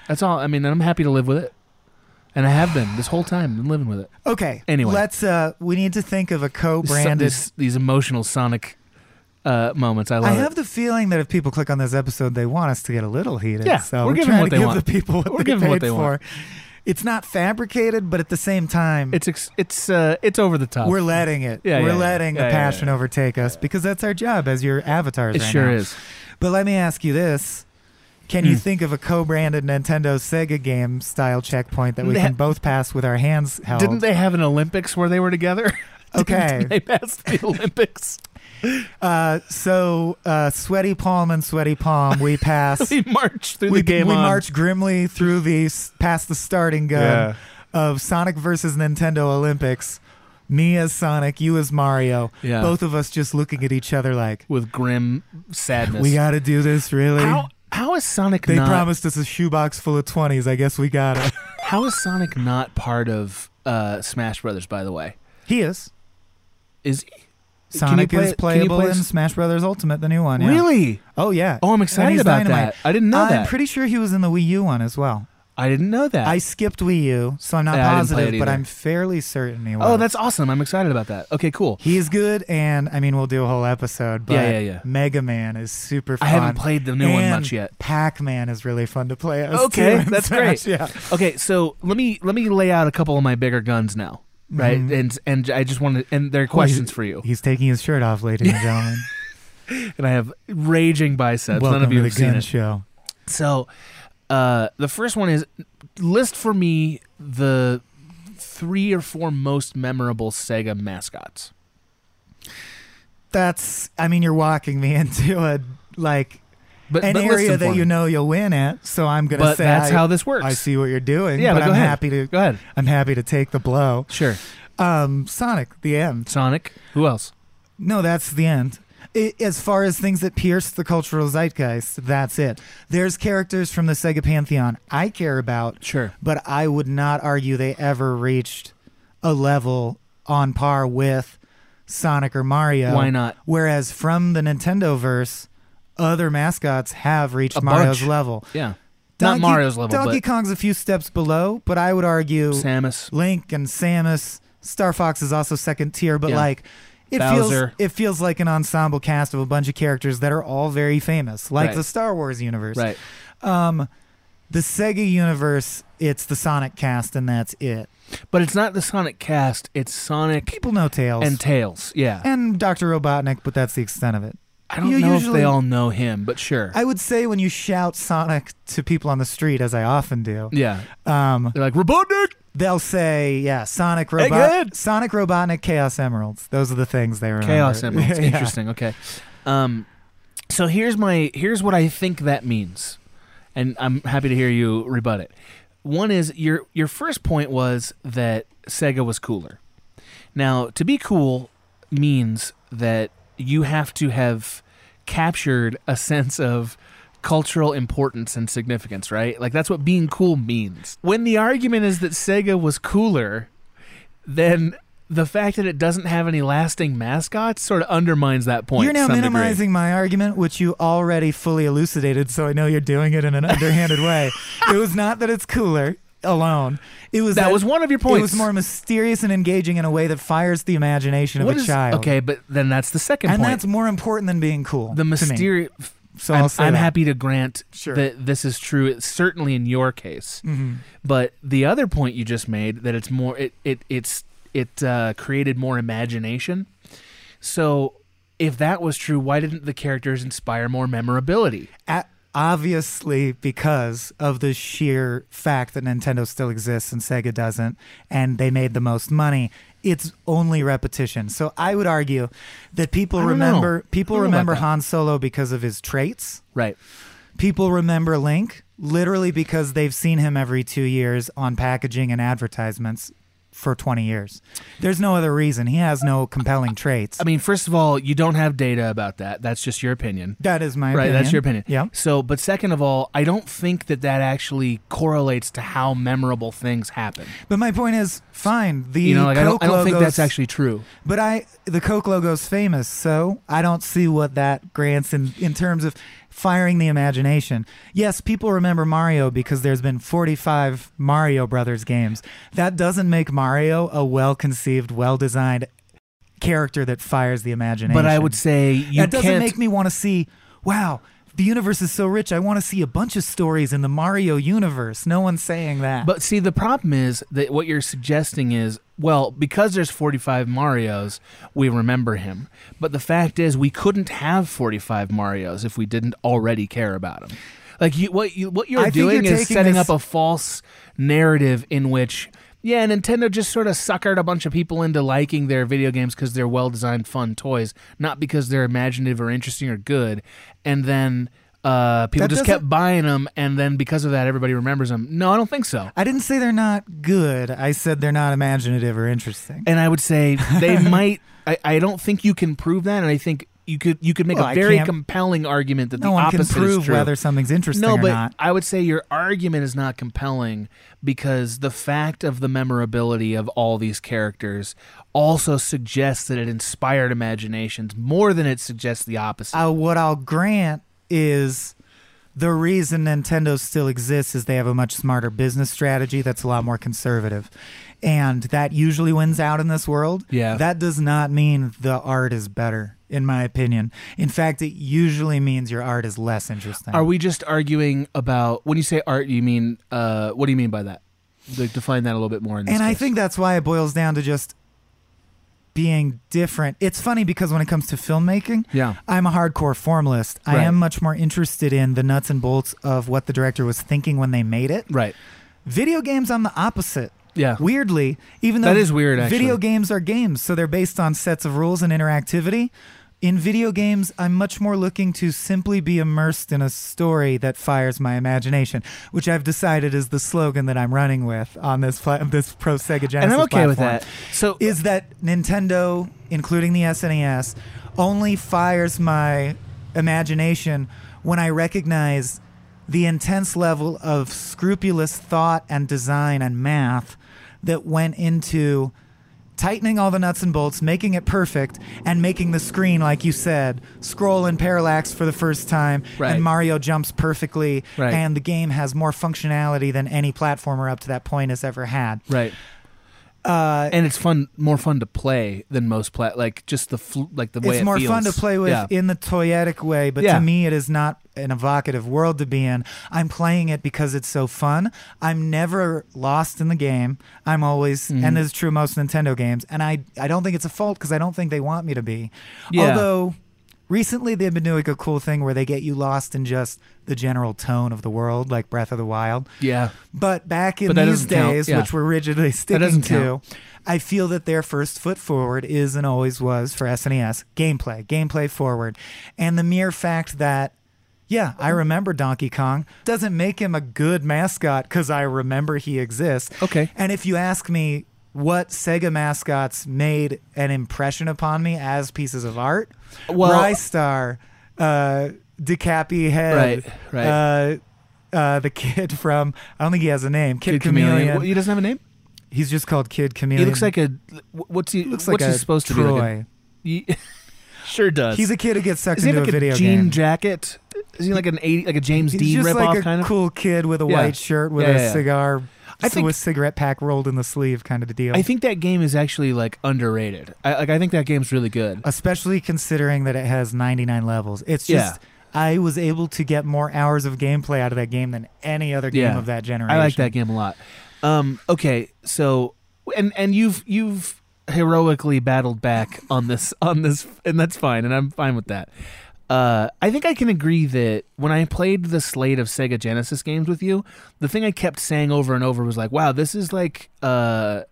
That's all. I mean, and I'm happy to live with it, and I have been this whole time. Been living with it. Okay. Anyway. let's. Uh, we need to think of a These- co-branded. these, these emotional Sonic uh, moments. I love I it. have the feeling that if people click on this episode, they want us to get a little heated. Yeah, so we're we're, giving trying to what they give want. the people what We're they giving paid what they for. want. It's not fabricated, but at the same time, it's ex- it's uh, it's over the top. we're letting it. Yeah, we're yeah, yeah. letting Yeah, the yeah, yeah. passion overtake us because that's our job as your avatars. It right sure now. is. Hmm. But let me ask you this. Can you think of a co-branded Nintendo Sega game style checkpoint that we They- can both pass with our hands held? Didn't they have an Olympics where they were together? Didn't Okay. they passed the Olympics. Uh, so uh, sweaty palm and sweaty palm, we pass. we marched through we, the game. we on. march grimly through the s- past the starting gun Yeah. of Sonic versus Nintendo Olympics. Me as Sonic, you as Mario. Yeah. Both of us just looking at each other like, with grim sadness. we got to do this, really. how how is Sonic they not promised us a shoebox full of twenties. I guess we got it. how is Sonic not part of uh, Smash Brothers? By the way, he is. is he? Can you Sonic play- is can you playable play in s- Smash Brothers Ultimate, the new one. yeah. Really? Oh yeah. Oh, I'm And excited he's about Dynamite. that. I didn't know I'm that. pretty sure he was in the Wii U one as well. I didn't know that. I skipped Wii U, so I'm not Yeah, I didn't play positive, it but either. I'm fairly certain he was. oh, that's awesome! I'm excited about that. Okay, cool. He's good, and I mean, we'll do a whole episode. But Yeah, yeah, yeah. Mega Man is super I fun. haven't played the new one much yet. Pac Man is really fun to play. As too, okay, in that's Smash, great. Yeah. Okay, so let me let me lay out a couple of my bigger guns now, right? Mhm. And and I just want to and there are questions for you. He's taking his shirt off, ladies and gentlemen. And I have raging biceps. Welcome None of you to the have seen gun it. show. So, uh, the first one is list for me the three or four most memorable Sega mascots. That's. I mean, you're walking me into a like But- an but area listen for that you me. know you'll win at. So I'm gonna But say that's I- how this works. I see what you're doing. Yeah, but, but go I'm ahead. happy to go ahead. I'm happy to take the blow. Sure. Um, Sonic, the end. Sonic. Who else? No, that's the end. I as far as things that pierce the cultural zeitgeist, that's it. There's characters from the Sega Pantheon I care about. Sure. But I would not argue they ever reached a level on par with Sonic or Mario. Why not? Whereas from the Nintendo verse, other mascots have reached A Mario's bunch. level. Yeah. Donkey- Not Mario's level, Donkey but Kong's a few steps below, but I would argue Samus. Link and Samus. Star Fox is also second tier, but Yeah. like it Bowser. feels it feels like an ensemble cast of a bunch of characters that are all very famous, like Right. the Star Wars universe. Right. Um, the Sega universe, it's the Sonic cast, and that's it. But it's not the Sonic cast. It's Sonic People know Tails and Tails. Yeah. and Doctor Robotnik, but that's the extent of it. I don't know if they all know him, but sure. I would say when you shout Sonic to people on the street, as I often do, yeah. um, They're like Robotnik. they'll say, "Yeah, Sonic Egghead! Robot, Sonic Robotnik, Chaos Emeralds." Those are the things they remember. Chaos Emeralds. Yeah. Interesting. Okay. Um, so here's my here's what I think that means, and I'm happy to hear you rebut it. One is your your first point was that Sega was cooler. Now, to be cool means that you have to have captured a sense of cultural importance and significance, right? Like that's what being cool means. When the argument is that Sega was cooler, then the fact that it doesn't have any lasting mascots sort of undermines that point. You're to now some minimizing my argument, which you already fully elucidated, so I know you're doing it in an underhanded way. It was not that it's cooler alone. It was That was one of your It points. was more mysterious and engaging in a way that fires the imagination Degree. of What a is- child. Okay, but then that's the second and point. that's more important than being cool. the mysterious. So I'm, I'll say I'm that. happy to grant Sure. that this is true, it's certainly in your case. Mhm. But the other point you just made that it's more it it it's it uh, created more imagination. So if that was true, why didn't the characters inspire more memorability? At, obviously, because of the sheer fact that Nintendo still exists and Sega doesn't, and they made the most money. It's only repetition. So I would argue that people I don't know. remember I people don't know about remember that. Han Solo because of his traits. Right. People remember Link literally because they've seen him every two years on packaging and advertisements for 20 years. There's no other reason. He has no compelling traits. I mean, first of all, you don't have data about that. That's just your opinion. that is my right, opinion. that's your opinion. Yeah. So, but second of all, I don't think that that actually correlates to how memorable things happen. But my point is, fine. The you know, like I don't, Coke I don't think that's logos- actually true. But I, the Coke logo's famous, so I don't see what that grants in, in terms of firing the imagination. Yes, people remember Mario because there's been 45 Mario Brothers games. That doesn't make Mario a well conceived, well designed character that fires the imagination. But I would say you that doesn't can't. make me want to see, wow. The universe is so rich. I want to see a bunch of stories in the Mario universe. No one's saying that. But see, the problem is that what you're suggesting is, well, because there's 45 Marios, we remember him. But the fact is, we couldn't have 45 Marios if we didn't already care about him. Like you, what you, what you're I think doing you're is taking setting this- up a false narrative in which, yeah, Nintendo just sort of suckered a bunch of people into liking their video games because they're well-designed, fun toys, not because they're imaginative or interesting or good. And then uh, people That just doesn't- kept buying them, and then because of that, everybody remembers them. No, I don't think so. I didn't say they're not good. I said they're not imaginative or interesting. and I would say they might. I, I don't think you can prove that, and I think you could you could make Well, a I very can't- compelling argument that no the one can opposite prove is true. whether something's interesting no, or but not. I would say your argument is not compelling because the fact of the memorability of all these characters also suggests that it inspired imaginations more than it suggests the opposite. Uh, what I'll grant is the reason Nintendo still exists is they have a much smarter business strategy that's a lot more conservative. And that usually wins out in this world. Yeah. That does not mean the art is better, in my opinion. In fact, it usually means your art is less interesting. Are we just arguing about when you say art? You mean uh, what do you mean by that? Like, define that a little bit more. In this and I case. think that's why it boils down to just being different. It's funny because when it comes to filmmaking, Yeah. I'm a hardcore formalist. I Right. am much more interested in the nuts and bolts of what the director was thinking when they made it. right. Video games, I'm the opposite. Yeah. Weirdly, even though That is weird, actually. video games are games, so they're based on sets of rules and interactivity. In video games, I'm much more looking to simply be immersed in a story that fires my imagination, which I've decided is the slogan that I'm running with on this pla- this Pro Sega Genesis. And I'm okay with platform, that. So is that Nintendo, including the SNES, only fires my imagination when I recognize the intense level of scrupulous thought and design and math that went into tightening all the nuts and bolts, making it perfect, and making the screen, like you said, scroll and parallax for the first time, Right. and Mario jumps perfectly, Right. and the game has more functionality than any platformer up to that point has ever had. Right. Uh, and it's fun, more fun to play than most play. Like just the fl- like the way it's it more fun to feels. play with Yeah. in the toyetic way, but Yeah. to me, it is not an evocative world to be in. I'm playing it because it's so fun. I'm never lost in the game. I'm always, Mhm. and this is true of most Nintendo games, and I, I don't think it's a fault because I don't think they want me to be. Yeah. Although, recently they've been doing a cool thing where they get you lost in just the general tone of the world, like Breath of the Wild. Yeah. But back in But that these doesn't count. days, Yeah. which we're rigidly sticking doesn't to, count. I feel that their first foot forward is and always was for SNES gameplay, gameplay forward. And the mere fact that, yeah, I Mm-hmm. remember Donkey Kong doesn't make him a good mascot because I remember he exists. Okay. And if you ask me what Sega mascots made an impression upon me as pieces of art, Well- Rystar, uh, DiCappy Head, Right, right. Uh, uh, the kid from I don't think he has a name. Kid, Kid Chameleon. Chameleon. What, he doesn't have a name. He's just called Kid Chameleon. He looks like a what's he Looks what's like he a supposed to be? Like Troy. a- he sure does. He's a kid who gets sucked Is he into like a video jean game. jacket? Is he like an eighty like a James He's Dean just ripoff like a kind of? cool kid with a Yeah. white shirt with Yeah, a yeah, yeah. cigar, I I think- with cigarette pack rolled in the sleeve, kind of a deal. I think that game is actually like underrated. I like I think that game's really good. especially considering that it has 99 levels. It's Yeah. just I was able to get more hours of gameplay out of that game than any other game of that generation. I like that game a lot. Um, okay, so and and you've you've heroically battled back on this on this, and that's fine, and I'm fine with that. Uh, I think I can agree that when I played the slate of Sega Genesis games with you, the thing I kept saying over and over was like, "Wow, this is like uh,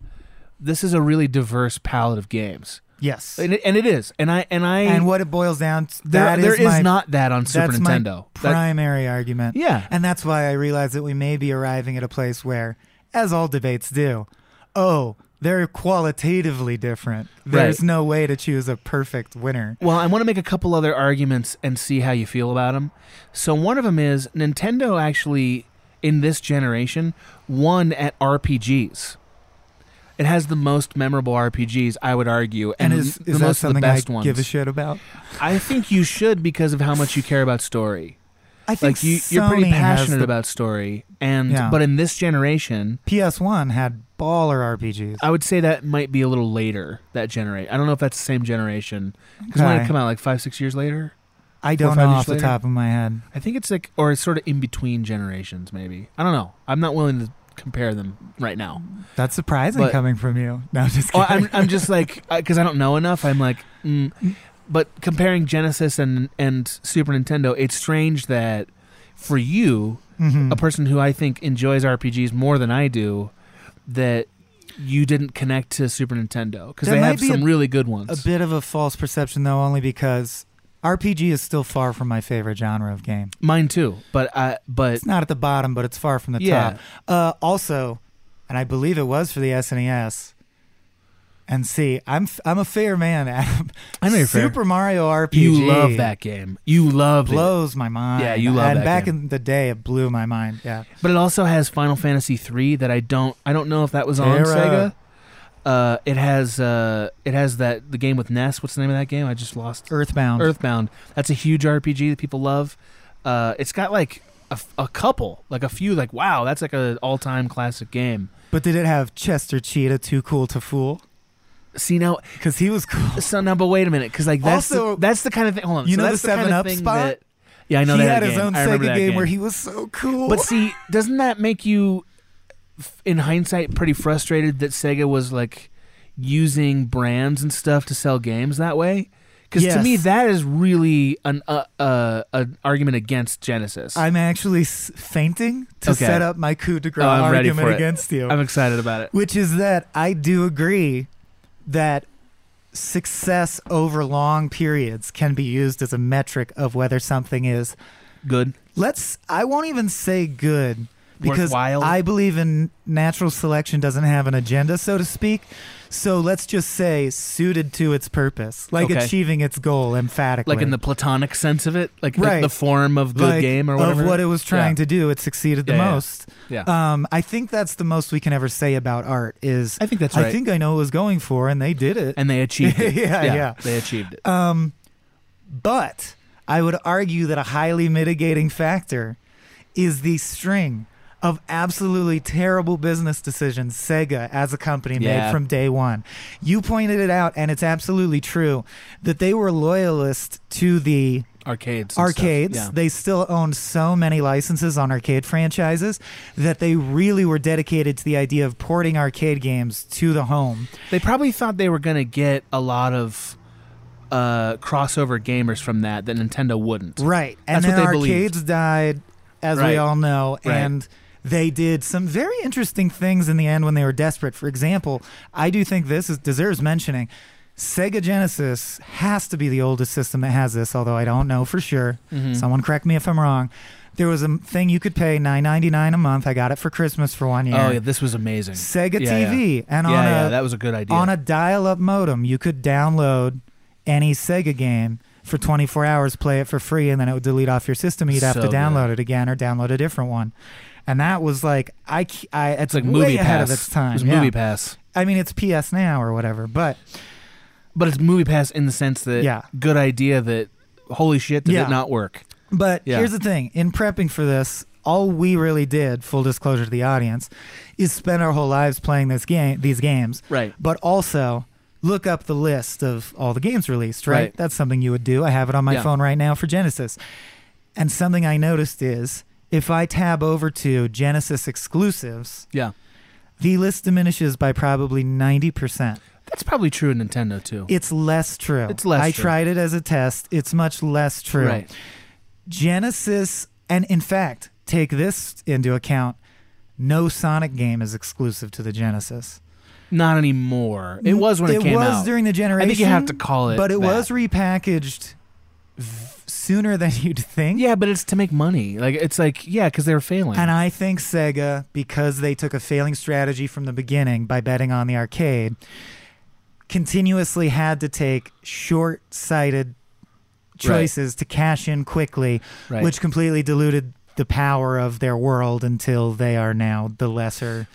this is a really diverse palette of games." Yes. and it, and it is, and I and I And what it boils down to There- that there is my- not that on Super that's my Nintendo. That- primary argument. Yeah. And that's why I realize that we may be arriving at a place where, as all debates do, oh, they're qualitatively different. There's Right. no way to choose a perfect winner. Well, I want to make a couple other arguments and see how you feel about them. So one of them is Nintendo actually in this generation won at RPGs. It has the most memorable RPGs, I would argue, And, and, is, the is that most of the something I best ones. give a shit about? I think you should because of how much you care about story. I think like you, you're pretty Sony has passionate the- about story, and Yeah. but in this generation, PS1 had baller RPGs. I would say that might be a little later. That generation, I don't know if that's the same generation because might Okay. have come out like five, six years later. I Four don't or five know years off the later? top of my head. I think it's like, or it's sort of in between generations, maybe. I don't know. I'm not willing to compare them right now. That's surprising But- coming from you. No, I'm just Oh, kidding. I'm, I'm just like, because I don't know enough, I'm like, mm. but comparing Genesis and, and Super Nintendo, it's strange that for you, Mhm. a person who I think enjoys RPGs more than I do, that you didn't connect to Super Nintendo because That they might have be some a- really good ones. A bit of a false perception, though, only because RPG is still far from my favorite genre of game. Mine too, but I but It's not at the bottom, but it's far from the Yeah. top. Uh, also, and I believe it was for the SNES. And see, I'm f- I'm a fair man, Adam. I know you're fair. Super Mario RPG. you love that game. You love it. Blows my mind. Yeah, you love And that back game. in the day, it blew my mind. Yeah. But it also has Final Fantasy three that I don't I don't know if that was on Terra. Sega. Uh, it has uh, it has that the game with Ness. What's the name of that game? I just lost. Earthbound. Earthbound. That's a huge RPG that people love. Uh, it's got like a, f- a couple, like a few, like wow, that's like an all time classic game. But did it have Chester Cheetah too cool to fool? See now, Because he was cool. So now, but wait a minute, because like that's Also- the, that's the kind of thing. Hold on, You so know that's the kind of 7-Up thing spot? that- yeah, I know he that had his game. own I remember Sega that game, where he was so cool. But see, doesn't that make you, f- in hindsight, pretty frustrated that Sega was like using brands and stuff to sell games that way? Because to Yes. me, that is really an uh, uh, an argument against Genesis. I'm actually s- fainting to Okay. set up my coup de grace Oh, I'm ready argument for it. against you. I'm excited about it. which is that I do agree that success over long periods can be used as a metric of whether something is good. Let's I won't even say good because Worthwhile? I believe in natural selection doesn't have an agenda so to speak. So let's just say suited to its purpose, like Okay. achieving its goal emphatically. Like in the platonic sense of it, like the- Right. the, form of good Like, game or whatever. of what it was trying Yeah. to do, it succeeded the Yeah, yeah, yeah. most. Yeah. Um, I think that's the most we can ever say about art is I think that's I right. think I know what it was going for and they did it. And they achieved it. yeah, yeah, They achieved it. Um, but I would argue that a highly mitigating factor is the string of absolutely terrible business decisions Sega as a company made Yeah. from day one. You pointed it out, and it's absolutely true that they were loyalist to the Arcades. and stuff. arcades. Yeah. They still owned so many licenses on arcade franchises that they really were dedicated to the idea of porting arcade games to the home. They probably thought they were going to get a lot of uh, crossover gamers from that that Nintendo wouldn't. Right. And That's then what they arcades believed. died, as we Right. all know. Right. And they did some very interesting things in the end when they were desperate. For example, I do think this is, deserves mentioning. Sega Genesis has to be the oldest system that has this, although I don't know for sure. Mm-hmm. Mhm. Someone correct me if I'm wrong. There was a m- thing you could pay nine ninety nine a month. I got it for Christmas for one year. Oh yeah, this was amazing. Sega Yeah, yeah. TV, and yeah, on yeah, a that was a good idea. on a dial-up modem, you could download any Sega game for 24 hours, play it for free, and then it would delete off your system. You'd have So to good. download it again or download a different one. And that was like I, c- I it's like way Movie ahead Pass. of its time. It was yeah. Movie Pass. I mean, it's PS Now or whatever, but but it's Movie Pass in the sense that Yeah. good idea that holy shit did Yeah. it not work. But Yeah. here's the thing in prepping for this, all we really did, full disclosure to the audience, is spend our whole lives playing this game, these games. Right. But also look up the list of all the games released, right? Right. That's something you would do. I have it on my Yeah. phone right now for Genesis. And something I noticed is if I tab over to Genesis exclusives, Yeah. the list diminishes by probably 90%. That's probably true in Nintendo too. It's less true. It's less I true. tried it as a test. It's much less true. Right. Genesis, and in fact, take this into account. No Sonic game is exclusive to the Genesis. not anymore. It was when it, came was out. during the generation. I think you have to call it. But it that. was repackaged v- sooner than you'd think. Yeah, but it's to make money. Like it's like yeah, because they were failing. And I think Sega, because they took a failing strategy from the beginning by betting on the arcade, continuously had to take short sighted choices to cash in quickly, Right. which completely diluted the power of their world until they are now the lesser.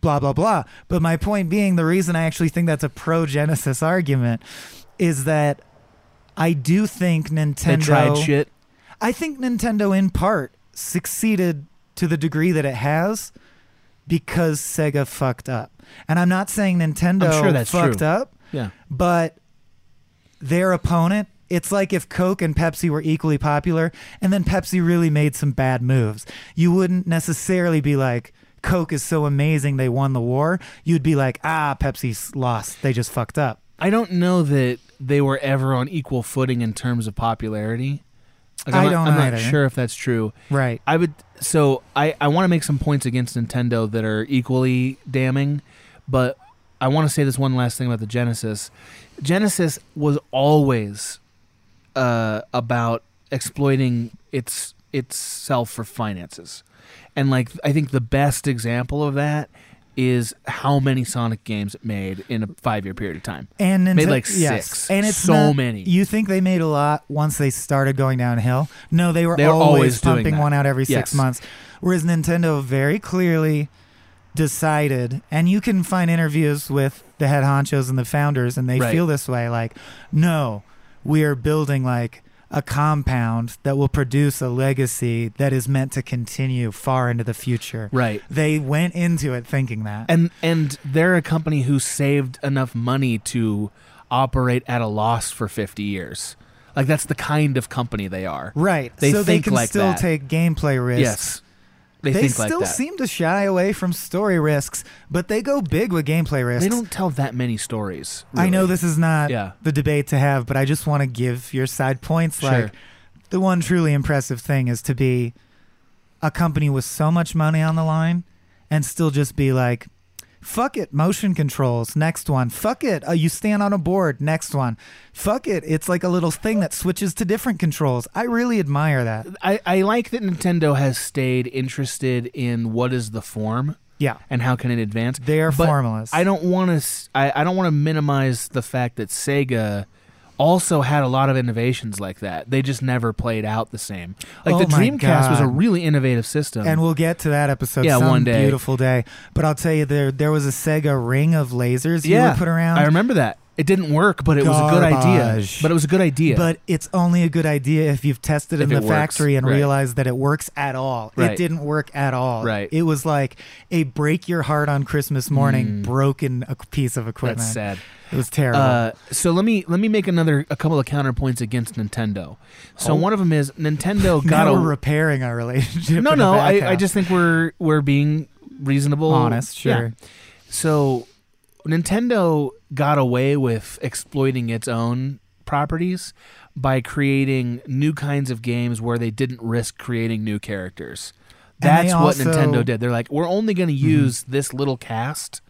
Blah, blah, blah. But my point being, the reason I actually think that's a pro Genesis argument is that I do think Nintendo. they tried shit. I think Nintendo, in part, succeeded to the degree that it has because Sega fucked up. And I'm not saying Nintendo I'm sure that's fucked true. up, Yeah. but their opponent, it's like if Coke and Pepsi were equally popular, and then Pepsi really made some bad moves. You wouldn't necessarily be like, Coke is so amazing they won the war. You'd be like, ah, Pepsi's lost. They just fucked up. I don't know that they were ever on equal footing in terms of popularity. Like, I'm I not- don't I'm not either. sure if that's true. Right. I would. So I I want to make some points against Nintendo that are equally damning, but I want to say this one last thing about the Genesis. Genesis was always uh, about exploiting its itself for finances, and like I think the best example of that is how many Sonic games it made in a five year period of time. and Ninte- made like yes. six, and it's so not- many. You think they made a lot once they started going downhill? No, they were They're always, always doing pumping that. one out every six Yes. months. Whereas Nintendo very clearly decided, and you can find interviews with the head honchos and the founders, and they Right. feel this way like, no, we are building like a compound that will produce a legacy that is meant to continue far into the future. Right. They went into it thinking that. and and they're a company who saved enough money to operate at a loss for 50 years like that's the kind of company they are Right. they so think they can like still that. take gameplay risks. yes they, think like still that seem to shy away from story risks, but they go big with gameplay risks. they don't tell that many stories I know really. this is not Yeah. the debate to have, but I just want to give your side points. Sure. Like the one truly impressive thing is to be a company with so much money on the line and still just be like, Fuck it. Motion controls. Next one. Fuck it. Uh, you stand on a board. Next one. Fuck it. It's like a little thing that switches to different controls. I really admire that. I, I like that Nintendo has stayed interested in what is the form. Yeah. And how can it advance? They are formalists. I don't want to. I, I don't want to minimize the fact that Sega also had a lot of innovations like that. They just never played out the same. Like Oh the my Dreamcast was a God. really innovative system. And we'll get to that episode. Yeah, some one day. Beautiful day. But I'll tell you, there there was a Sega ring of lasers you yeah, would put around. I remember that. It didn't work, but it was a good idea. Garbage. But it was a good idea. But it's only a good idea if you've tested If in it the works, factory and right. realized that it works at all. Right. It didn't work at all. Right. It was like a break your heart on Christmas morning broken a piece of equipment. Hmm. That's sad. It was terrible. Uh, so let me let me make another a couple of counterpoints against Nintendo. So Oh. one of them is Nintendo got now a we're repairing our relationship. no in the no. back I, I half. just think we're we're being reasonable, Honest, Yeah. sure. So Nintendo got away with exploiting its own properties by creating new kinds of games where they didn't risk creating new characters. And they That's what also- Mm-hmm. Nintendo did. They're like, we're only going to use this little cast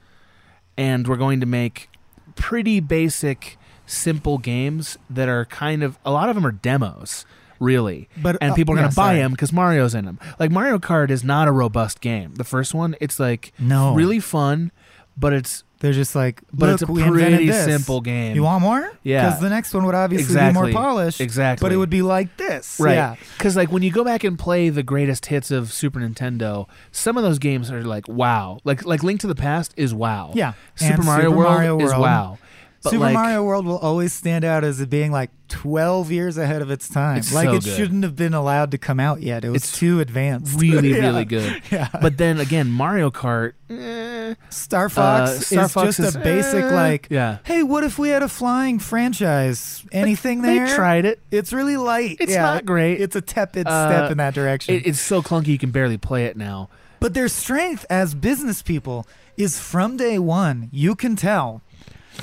and we're going to make pretty basic, simple games that are kind of a lot of them are demos, really. But, and uh, people are going yeah, to buy sorry. them because Mario's in them. Like Mario Kart is not a robust game. The first one, it's like No. really fun, but it's They're just like, But look, it's a we invented pretty this. simple game. You want more? Yeah. Because the next one would obviously exactly be more polished. Exactly, But it would be like this. right. Yeah. Because like when you go back and play the greatest hits of Super Nintendo, some of those games are like wow. Like like Link to the Past is wow. Yeah. Super, And Mario, Super World Mario is World. wow. But Super like, Mario World will always stand out as it being like 12 years ahead of its time. It's like so it good. shouldn't have been allowed to come out yet. It was too advanced. really Yeah. really good. Yeah. But then again, Mario Kart, Star Fox uh, Star is Fox just is eh, a basic like yeah. Hey, what if we had a flying franchise? Anything They there? tried it. It's really light. It's Yeah, not great. It's a tepid Uh, step in that direction. It, it's so clunky you can barely play it now. But their strength as business people is from day one, you can tell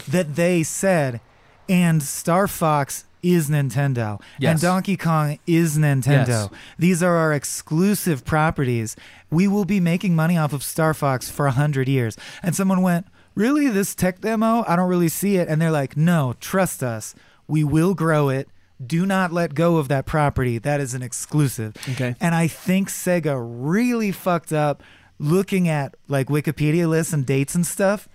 that they said, and Star Fox is Nintendo, Yes. and Donkey Kong is Nintendo. Yes. These are our exclusive properties. We will be making money off of Star Fox for 100 years. And someone went, Really? This tech demo? I don't really see it. And they're like, No, trust us. We will grow it. Do not let go of that property. That is an exclusive. Okay. And I think Sega really fucked up looking at like Wikipedia lists and dates and stuff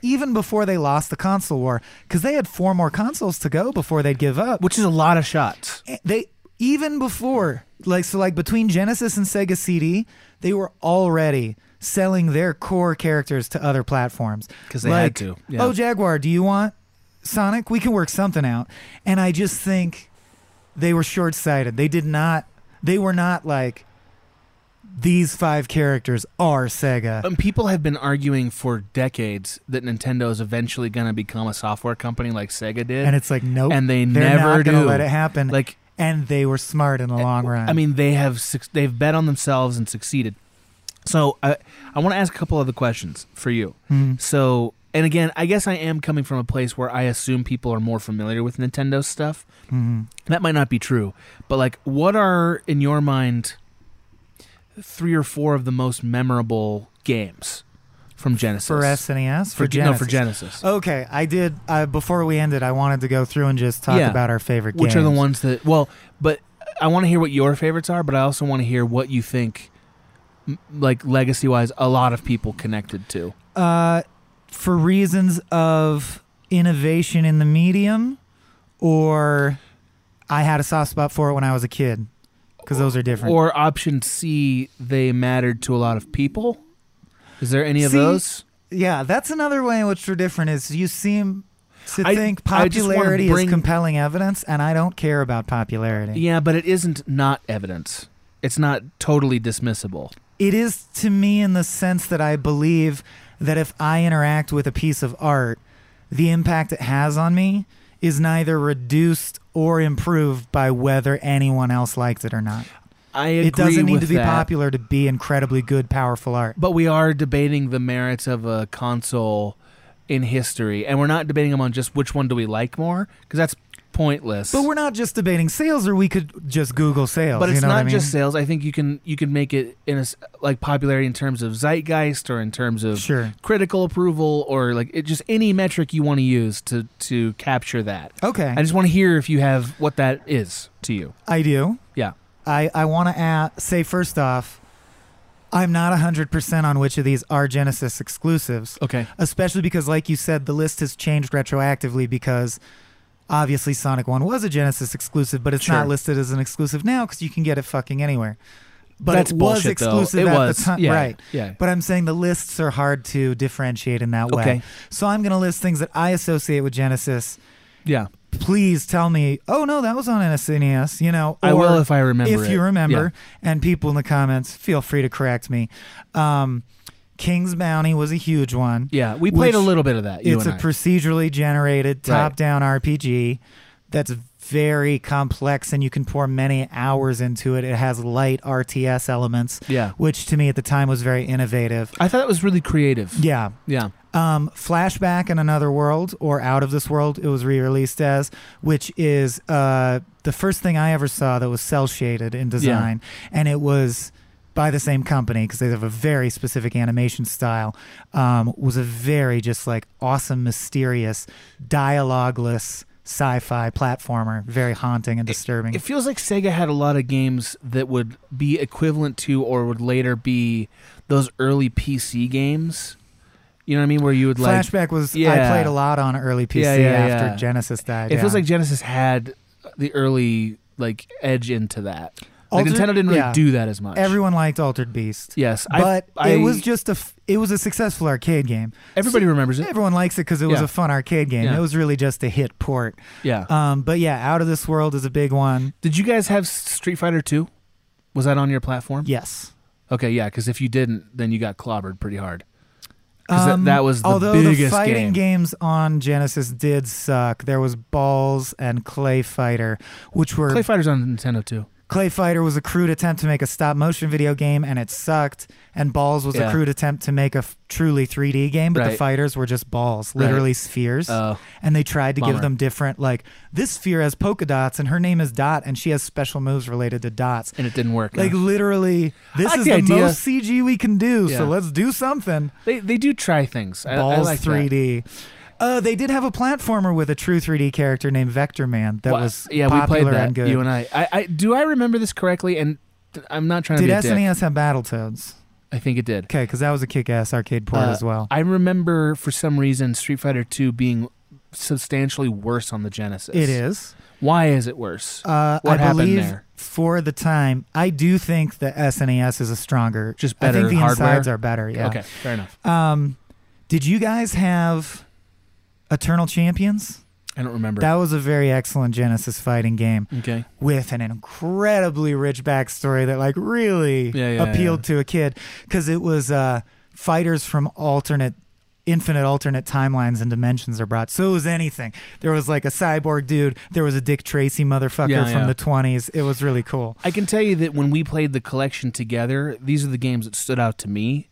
even before they lost the console war because they had four more consoles to go before they'd give up. Which is a lot of shots. They even before like so like between Genesis and Sega CD, they were already selling their core characters to other platforms 'Cause they had Like, to, yeah. Oh Jaguar, do you want Sonic? We can work something out. And I just think they were short sighted. They did not. They were not like these five characters are Sega. Um, people have been arguing for decades that Nintendo is eventually going to become a software company like Sega did, and it's like nope, and they they're never not do. gonna let it happen. Like, and they were smart in the long run. I mean, they have suc- they've bet on themselves and succeeded. So I I want to ask a couple other questions for you. Hmm. So and again, I guess I am coming from a place where I assume people are more familiar with Nintendo stuff. Mhm. That might not be true, but like, what are in your mind three or four of the most memorable games from Genesis for SNES for, Genesis. No, for Genesis. Okay, I did. Uh, before we ended, I wanted to go through and just talk Yeah. about our favorite Which games. are the ones that? Well, but I want to hear what your favorites are, but I also want to hear what you think, m- like legacy wise, a lot of people connected to. Uh, for reasons of innovation in the medium, or I had a soft spot for it when I was a kid, because those are different. Or option C, they mattered to a lot of people. Is there any of See? those? yeah, that's another way in which they're different. Is you seem to I- think I just wanna popularity bring- is compelling evidence, and I don't care about popularity. Yeah, but it isn't not evidence. It's not totally dismissible. It is to me in the sense that I believe that if I interact with a piece of art, the impact it has on me is neither reduced or improved by whether anyone else likes it or not. I It agree doesn't need with to be that, popular to be incredibly good, powerful art. But we are debating the merits of a console in history, and we're not debating them on just which one do we like more, because that's pointless. But we're not just debating sales, or we could just Google sales. But it's you know not what I mean? just sales. I think you can you can make it in a s- like popularity in terms of zeitgeist or in terms of Sure. critical approval or like it, just any metric you want to use to to capture that. Okay. I just want to hear if you have what that is to you. I do. Yeah. I, I want to add, say first off, I'm not 100% on which of these are Genesis exclusives. Okay. Especially because, like you said, the list has changed retroactively because obviously Sonic 1 was a Genesis exclusive, but it's Sure. not listed as an exclusive now because you can get it fucking anywhere. But That's it was bullshit, though. exclusive It at was. the time. Yeah. Right. Yeah. But I'm saying the lists are hard to differentiate in that way. Okay. So I'm going to list things that I associate with Genesis Yeah. please tell me, oh no, that was on SNES, E you know. I or will if I remember If you it. remember, and people in the comments, feel free to correct me. Um, King's Bounty was a huge one. Yeah, we played which a little bit of that, you it's and a I. procedurally generated Right. top-down RPG that's very complex, and you can pour many hours into it. It has light RTS elements. Yeah. which to me at the time was very innovative. I thought that was really creative. Yeah. Yeah. Um, Flashback in Another World or Out of This World, it was re released as, which is uh, the first thing I ever saw that was cell shaded in design. And it was by the same company because they have a very specific animation style. Um, was a very just like awesome, mysterious, dialogueless sci fi platformer. Very haunting and disturbing. It feels like Sega had a lot of games that would be equivalent to or would later be those early PC games. You know what I mean? Where you would like Flashback was, I Yeah. played a lot on early PC Yeah, yeah, after yeah. Genesis died. It feels yeah. like Genesis had the early like edge into that. Like Altered- Nintendo didn't really yeah. do that as much. Everyone liked Altered Beast. Yes, I- but I- it was just a f- it was a successful arcade game. Everybody remembers it. Everyone likes it because it was Yeah. a fun arcade game. Yeah. It was really just a hit port. Yeah. Um. But yeah, Out of This World is a big one. Did you guys have Street Fighter Two? Was that on your platform? Yes. Okay, yeah, because if you didn't, then you got clobbered pretty hard. Because Um, that, was the although biggest the fighting game. games on Genesis did suck. There was Balls and Clay Fighter, which were Clay Fighters on Nintendo too. Clay Fighter was a crude attempt to make a stop motion video game and it sucked. And Balls was Yeah. a crude attempt to make a f- truly 3D game, but the Right. fighters were just balls, Right. literally spheres. Oh. and they tried to Bummer. give them different, like, this sphere has polka dots and her name is Dot and she has special moves related to dots. And it didn't work. Like, huh? literally, this like is the the, idea. most CG we can do, Yeah. so let's do something. they they do try things. I, I Balls like that. 3D. Uh, they did have a platformer with a true 3D character named Vector Man that Well, was yeah, we popular played that. and good. You and I. I, I. Do I remember this correctly? And th- I'm not trying did E to be a dick. SNES have Battletoads? I think it did. Okay, because that was a kick-ass arcade port Uh, as well. I remember for some reason Street Fighter Two being substantially worse on the Genesis. It is. Why is it worse? Uh, what I happened believe there? for the time, I do think the SNES is a stronger. Just I better think the hardware? insides are better. Yeah. Okay, fair enough. Um, did you guys have Eternal Champions? I don't remember. That was a very excellent Genesis fighting game okay. with an incredibly rich backstory that like really Yeah, yeah, appealed to a kid because it was uh, fighters from alternate infinite alternate timelines and dimensions are brought so it was anything there was like a cyborg dude there was a dick tracy motherfucker Yeah, from yeah. the 20s it was really cool I can tell you that when we played the collection together, these are the games that stood out to me.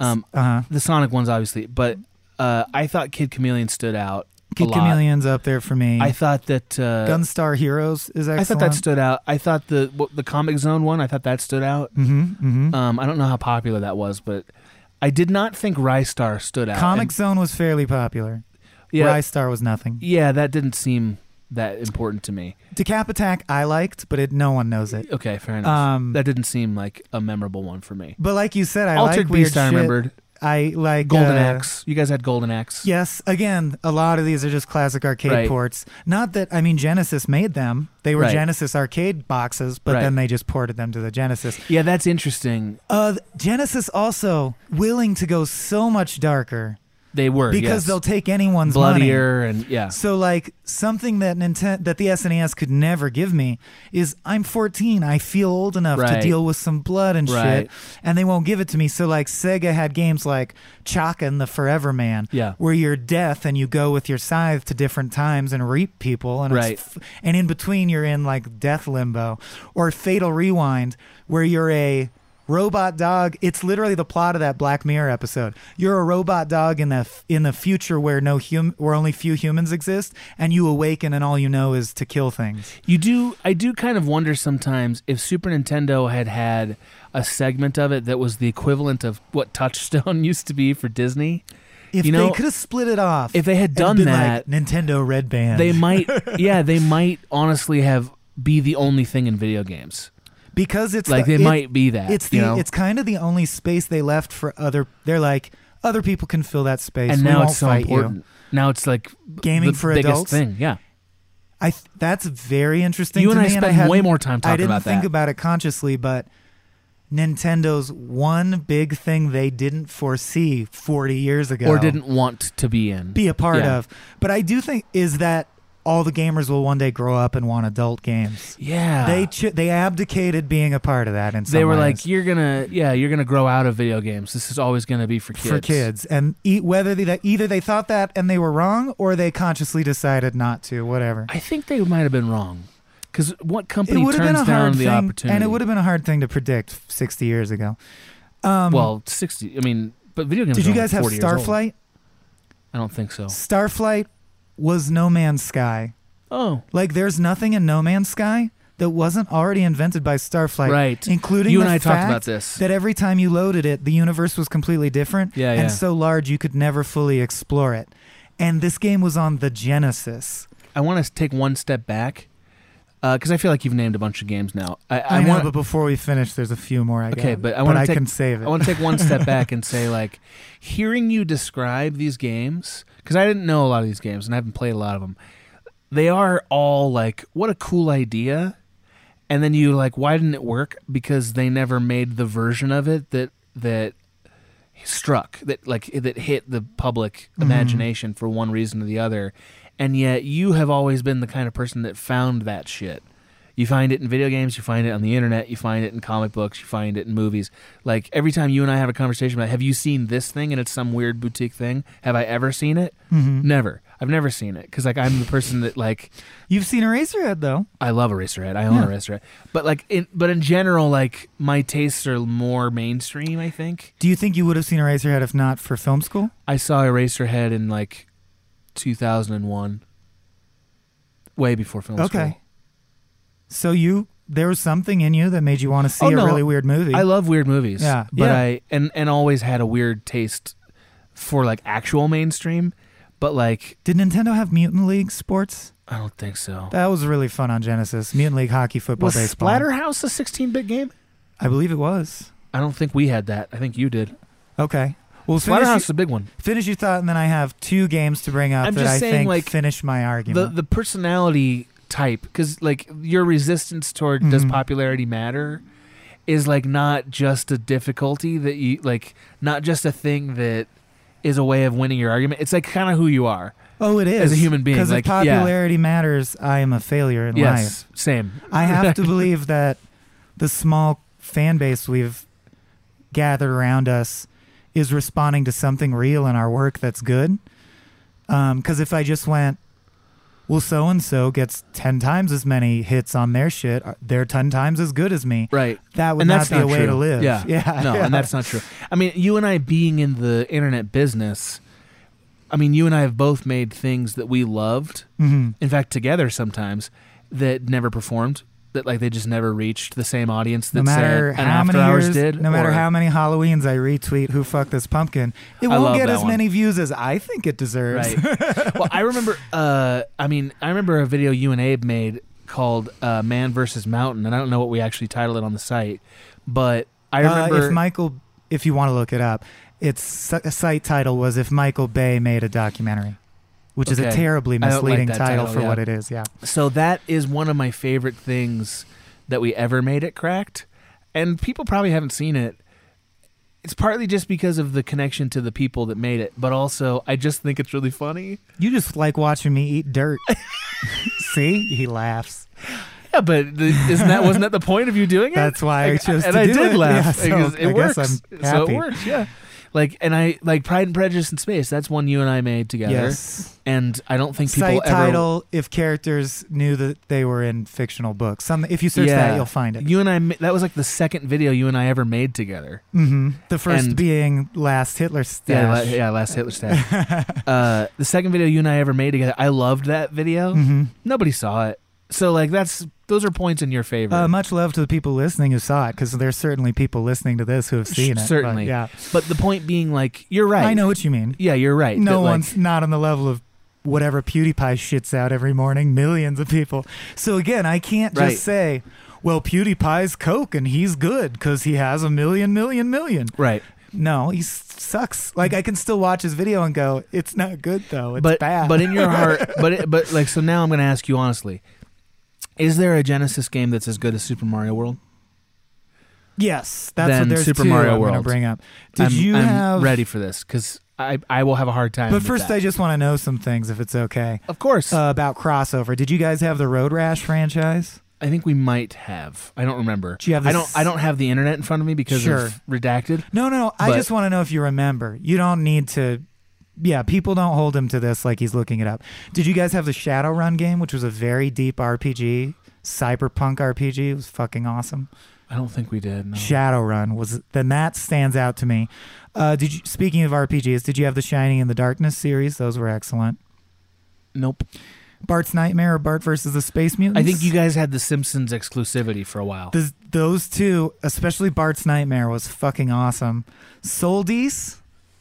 Um, uh-huh the Sonic ones, obviously, but uh, I thought Kid Chameleon stood out. a kid lot. chameleon's up there for me I thought that uh, gunstar heroes is excellent I thought that stood out. I thought the what- the Comic Zone one. I thought that stood out. hmm hmm Um, I don't know how popular that was, but I did not think Rystar stood out. comic And- zone was fairly popular yeah, Rystar was nothing. yeah, that didn't seem that important to me. Decap Attack I liked, but it no one knows it. Okay, fair enough. Um, that didn't seem like a memorable one for me. But like you said, I Altered like weird Beast, I shit. remembered. I like Golden uh, Axe. You guys had Golden Axe. Yes, again, a lot of these are just classic arcade Right. ports. Not that I mean Genesis made them; they were Right. Genesis arcade boxes, but Right. then they just ported them to the Genesis. Yeah, that's interesting. Uh, Genesis also willing to go so much darker They were because yes. they'll take anyone's money. bloodier and yeah. So like something that Nintendo that the SNES could never give me is I'm 14, I feel old enough Right. to deal with some blood and Right. shit, and they won't give it to me. So like Sega had games like Chaka and the Forever Man, Yeah. where you're death and you go with your scythe to different times and reap people, and Right. it's f- and in between you're in like death limbo, or Fatal Rewind, where you're a Robot dog. It's literally the plot of that Black Mirror episode. You're a robot dog in the f- in the future where no hum- where only few humans exist, and you awaken, and all you know is to kill things. You do. I do kind of wonder sometimes if Super Nintendo had had a segment of it that was the equivalent of what Touchstone used to be for Disney. If you know, they could have split it off, if they had and done been that, like, Nintendo Red Band. they might. Yeah, they might honestly have be the only thing in video games. because it's Like, the- they it- might be that, It's the you know? it's kind of the only space they left for other. They're like other people can fill that space. and We now won't it's so fight you. important. Now it's like Gaming the for biggest adults? thing. Yeah, I th- that's very interesting. You to and I me, spent way hadn't- more time talking I didn't about think that. about it consciously, but Nintendo's one big thing they didn't foresee 40 years ago, or didn't want to be in, be a part Yeah. of. But I do think is that all the gamers will one day grow up and want adult games. Yeah. they ch- they abdicated being a part of that, and They were like, "You're gonna, yeah, you're gonna grow out of video games. This is always gonna be for kids." for kids, and e- whether they, that either they thought that and they were wrong, or they consciously decided not to. Whatever. I think they might have been wrong, because what company turns down the thing, opportunity? and it would have been a hard thing to predict 60 years ago. Um, well, sixty. I mean, but video games. did you are only guys have 40 years old. Starflight? I don't think so. Starflight was No Man's Sky. Oh, like there's nothing in No Man's Sky that wasn't already invented by Starflight, Right. Including You the and I talked fact about this. that every time you loaded it, the universe was completely different Yeah, and yeah. so large you could never fully explore it. And this game was on the Genesis. I want to take one step back, because I feel like you've named a bunch of games now. I, I, I, know, want, but before we finish, there's a few more. I okay, got, but I want to I can save it. I want to take one step back and say, like, hearing you describe these games, because I didn't know a lot of these games and I haven't played a lot of them. They are all like, what a cool idea, and then you like, why didn't it work? Because they never made the version of it that that struck that like that hit the public Mhm. imagination for one reason or the other and yet you have always been the kind of person that found that shit you find it in video games you find it on the internet you find it in comic books you find it in movies like every time you and i have a conversation about have you seen this thing and it's some weird boutique thing have i ever seen it Mhm. never i've never seen it because like i'm the person that like You've seen Eraserhead though. I love Eraserhead. I own Yeah. Eraserhead. But like in but in general, like my tastes are more mainstream, I think. Do you think you would have seen Eraserhead if not for film school? I saw Eraserhead in like 2001, way before film okay. school. So you there was something in you that made you want to see Oh, a no. really weird movie. I love weird movies. Yeah, but yeah. I and and always had a weird taste for like actual mainstream. But like, Did Nintendo have Mutant League sports? I don't think so. That was really fun on Genesis. Mutant League hockey, football, was baseball. Splatterhouse a 16-bit game? I believe it was. I don't think we had that. I think you did. Okay. Well, finish, Splatterhouse is your- a big one. finish your thought, and then I have two games to bring up I'm that just I saying, think like, finish my the argument. the personality type because like your resistance toward does Mhm. popularity matter is like not just a difficulty that you like not just a thing that is a way of winning your argument it's like kind of who you are oh, it is. as a human being, Because like, if yeah. popularity matters, I am a failure in yes same life. I have to believe that the small fan base we've gathered around us is responding to something real in our work that's good. Because if I just went, well, so and so gets 10 times as many hits on their shit, uh, they're 10 times as good as me. right That would and not that's be not a way true. to live. yeah Yeah. no yeah. and that's not true i mean you and i being in the internet business i mean you and i have both made things that we loved Mhm. in fact together sometimes that never performed that like they just never reached the same audience that No matter say, an how after many hours years, did no matter or- how many Halloweens I retweet, who fucked this pumpkin, it I love won't get that as one. many views as I think it deserves. Right. well, I remember. Uh, I mean, I remember a video you and Abe made called uh, "Man versus Mountain," and I don't know what we actually titled it on the site, but I Uh, remember. if Michael, if you want to look it up, its s- site title was "If Michael Bay Made a Documentary," which is a Okay. terribly I don't like misleading that title, title, for yeah. what it is. Yeah, so that is one of my favorite things that we ever made at Cracked, and people probably haven't seen it. It's partly just because of the connection to the people that made it, but also I just think it's really funny. you just like watching me eat dirt. See, he laughs. Yeah, but the, isn't that wasn't that the point of you doing it? That's why I Like, chose and to I do did it. laugh Yeah, so because it I guess works. I'm So happy. it works. Yeah. Like, and I like Pride and Prejudice in Space. That's one you and I made together. Yes. And I don't think people Site ever. title if characters knew that they were in fictional books. Some if you search that you'll find it. You and I. ma- That was like the second video you and I ever made together. hmm The first And- being last Hitler Yeah, la- stash. yeah, last Hitler stash. uh, the second video you and I ever made together, I loved that video. Mhm. Nobody saw it, so like that's those are points in your favor. Uh, much love to the people listening who saw it, because there's certainly people listening to this who have seen it. but Certainly, yeah. But the point being, like, you're right. I know what you mean. Yeah, you're right. No that, like, one's not on the level of whatever PewDiePie shits out every morning. Millions of people. So again, I can't just Right. say, "Well, PewDiePie's coke and he's good because he has a million, million, million." Right. No, he s- sucks. Like I can still watch his video and go, "It's not good though. It's but bad." but in your heart, but it, but like so now I'm going to ask you honestly: Is there a Genesis game that's as good as Super Mario World? yes, that's than what there's Super two Mario I'm gonna World. bring up. Did I'm, you I'm have? ready for this? Because I I will have a hard time. But with first, that. I just want to know some things, if it's okay. Of course. Uh, about crossover. Did you guys have the Road Rash franchise? I think we might have. I don't remember. Do you have I this- don't. I don't have the internet in front of me because Sure. of redacted. No, no. I But- just want to know if you remember. You don't need to. Yeah, people don't hold him to this like he's looking it up. Did you guys have the Shadowrun game, which was a very deep RPG, cyberpunk RPG? It was fucking awesome. I don't think we did. No. Shadowrun was then that stands out to me. Uh, did you, speaking of RPGs, did you have the Shining and the Darkness series? Those were excellent. Nope. Bart's Nightmare or Bart versus the Space Mutants. I think you guys had the Simpsons exclusivity for a while. Th- those two, especially Bart's Nightmare, was fucking awesome. Soldies.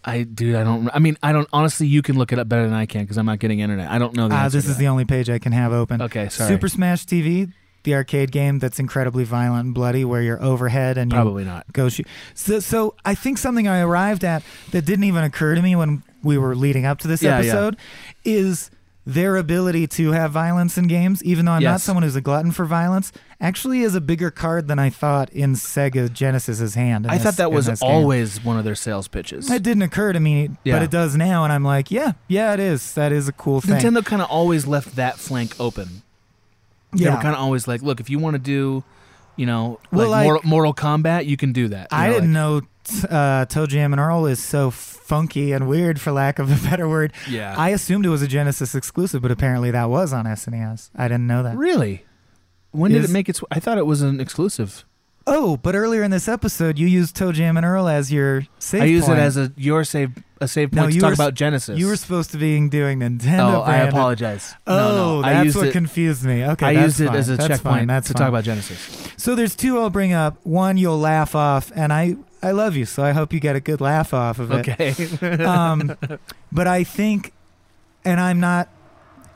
I dude, I don't. I mean, I don't. Honestly, you can look it up better than I can because I'm not getting internet. I don't know. The Ah, answer this to is the only page I can have open. Okay, sorry. Super Smash TV, the arcade game that's incredibly violent and bloody, where you're overhead and you Probably not. go shoot. So, so I think something I arrived at that didn't even occur to me when we were leading up to this Yeah, yeah. episode is their ability to have violence in games, even though I'm not Yes. someone who's a glutton for violence, actually is a bigger card than I thought in Sega Genesis's hand. in I this- thought that in was this game. always one of their sales pitches. That didn't occur to me, Yeah. but it does now, and I'm like, yeah, yeah, it is. That is a cool thing. Nintendo kind of always left that flank open. They yeah. were kind of always like, look, if you want to do, you know, Well, like, like- Mortal, Mortal Kombat, you can do that. You I know, didn't like- know t- uh, Toe Jam and Earl is so funky and weird, for lack of a better word. Yeah. I assumed it was a Genesis exclusive, but apparently that was on SNES. I didn't know that. Really? When did Is- it make its? I thought it was an exclusive. Oh, but earlier in this episode, you used Toe Jam and Earl as your save I use point. it as a your save a save point No, to you talk were s- about Genesis. You were supposed to be doing Nintendo. Oh, I branded- apologize. Oh, no, no. I that's used what it- confused me. Okay, I that's used it fine. as a That's checkpoint fine. That's to fine. talk about Genesis. So there's two I'll bring up. One you'll laugh off, and I I love you, so I hope you get a good laugh off of it. Okay. um, but I think, and I'm not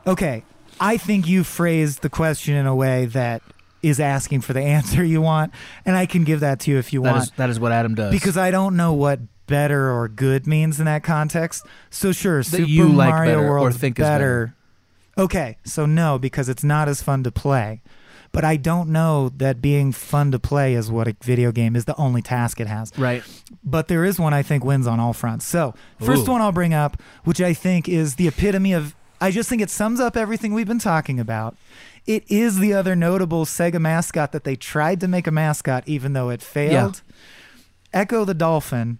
okay. I think you phrased the question in a way that is asking for the answer you want, and I can give that to you if you That want is that is what Adam does. because I don't know what better or good means in that context. So sure, Super you like Mario better or World think is better. Okay, so no, because it's not as fun to play. But I don't know that being fun to play is what a video game is the only task it has. right. But there is one I think wins on all fronts. So first Ooh. one I'll bring up, which I think is the epitome of. I just think it sums up everything we've been talking about. It is the other notable Sega mascot that they tried to make a mascot, even though it failed. Echo the Dolphin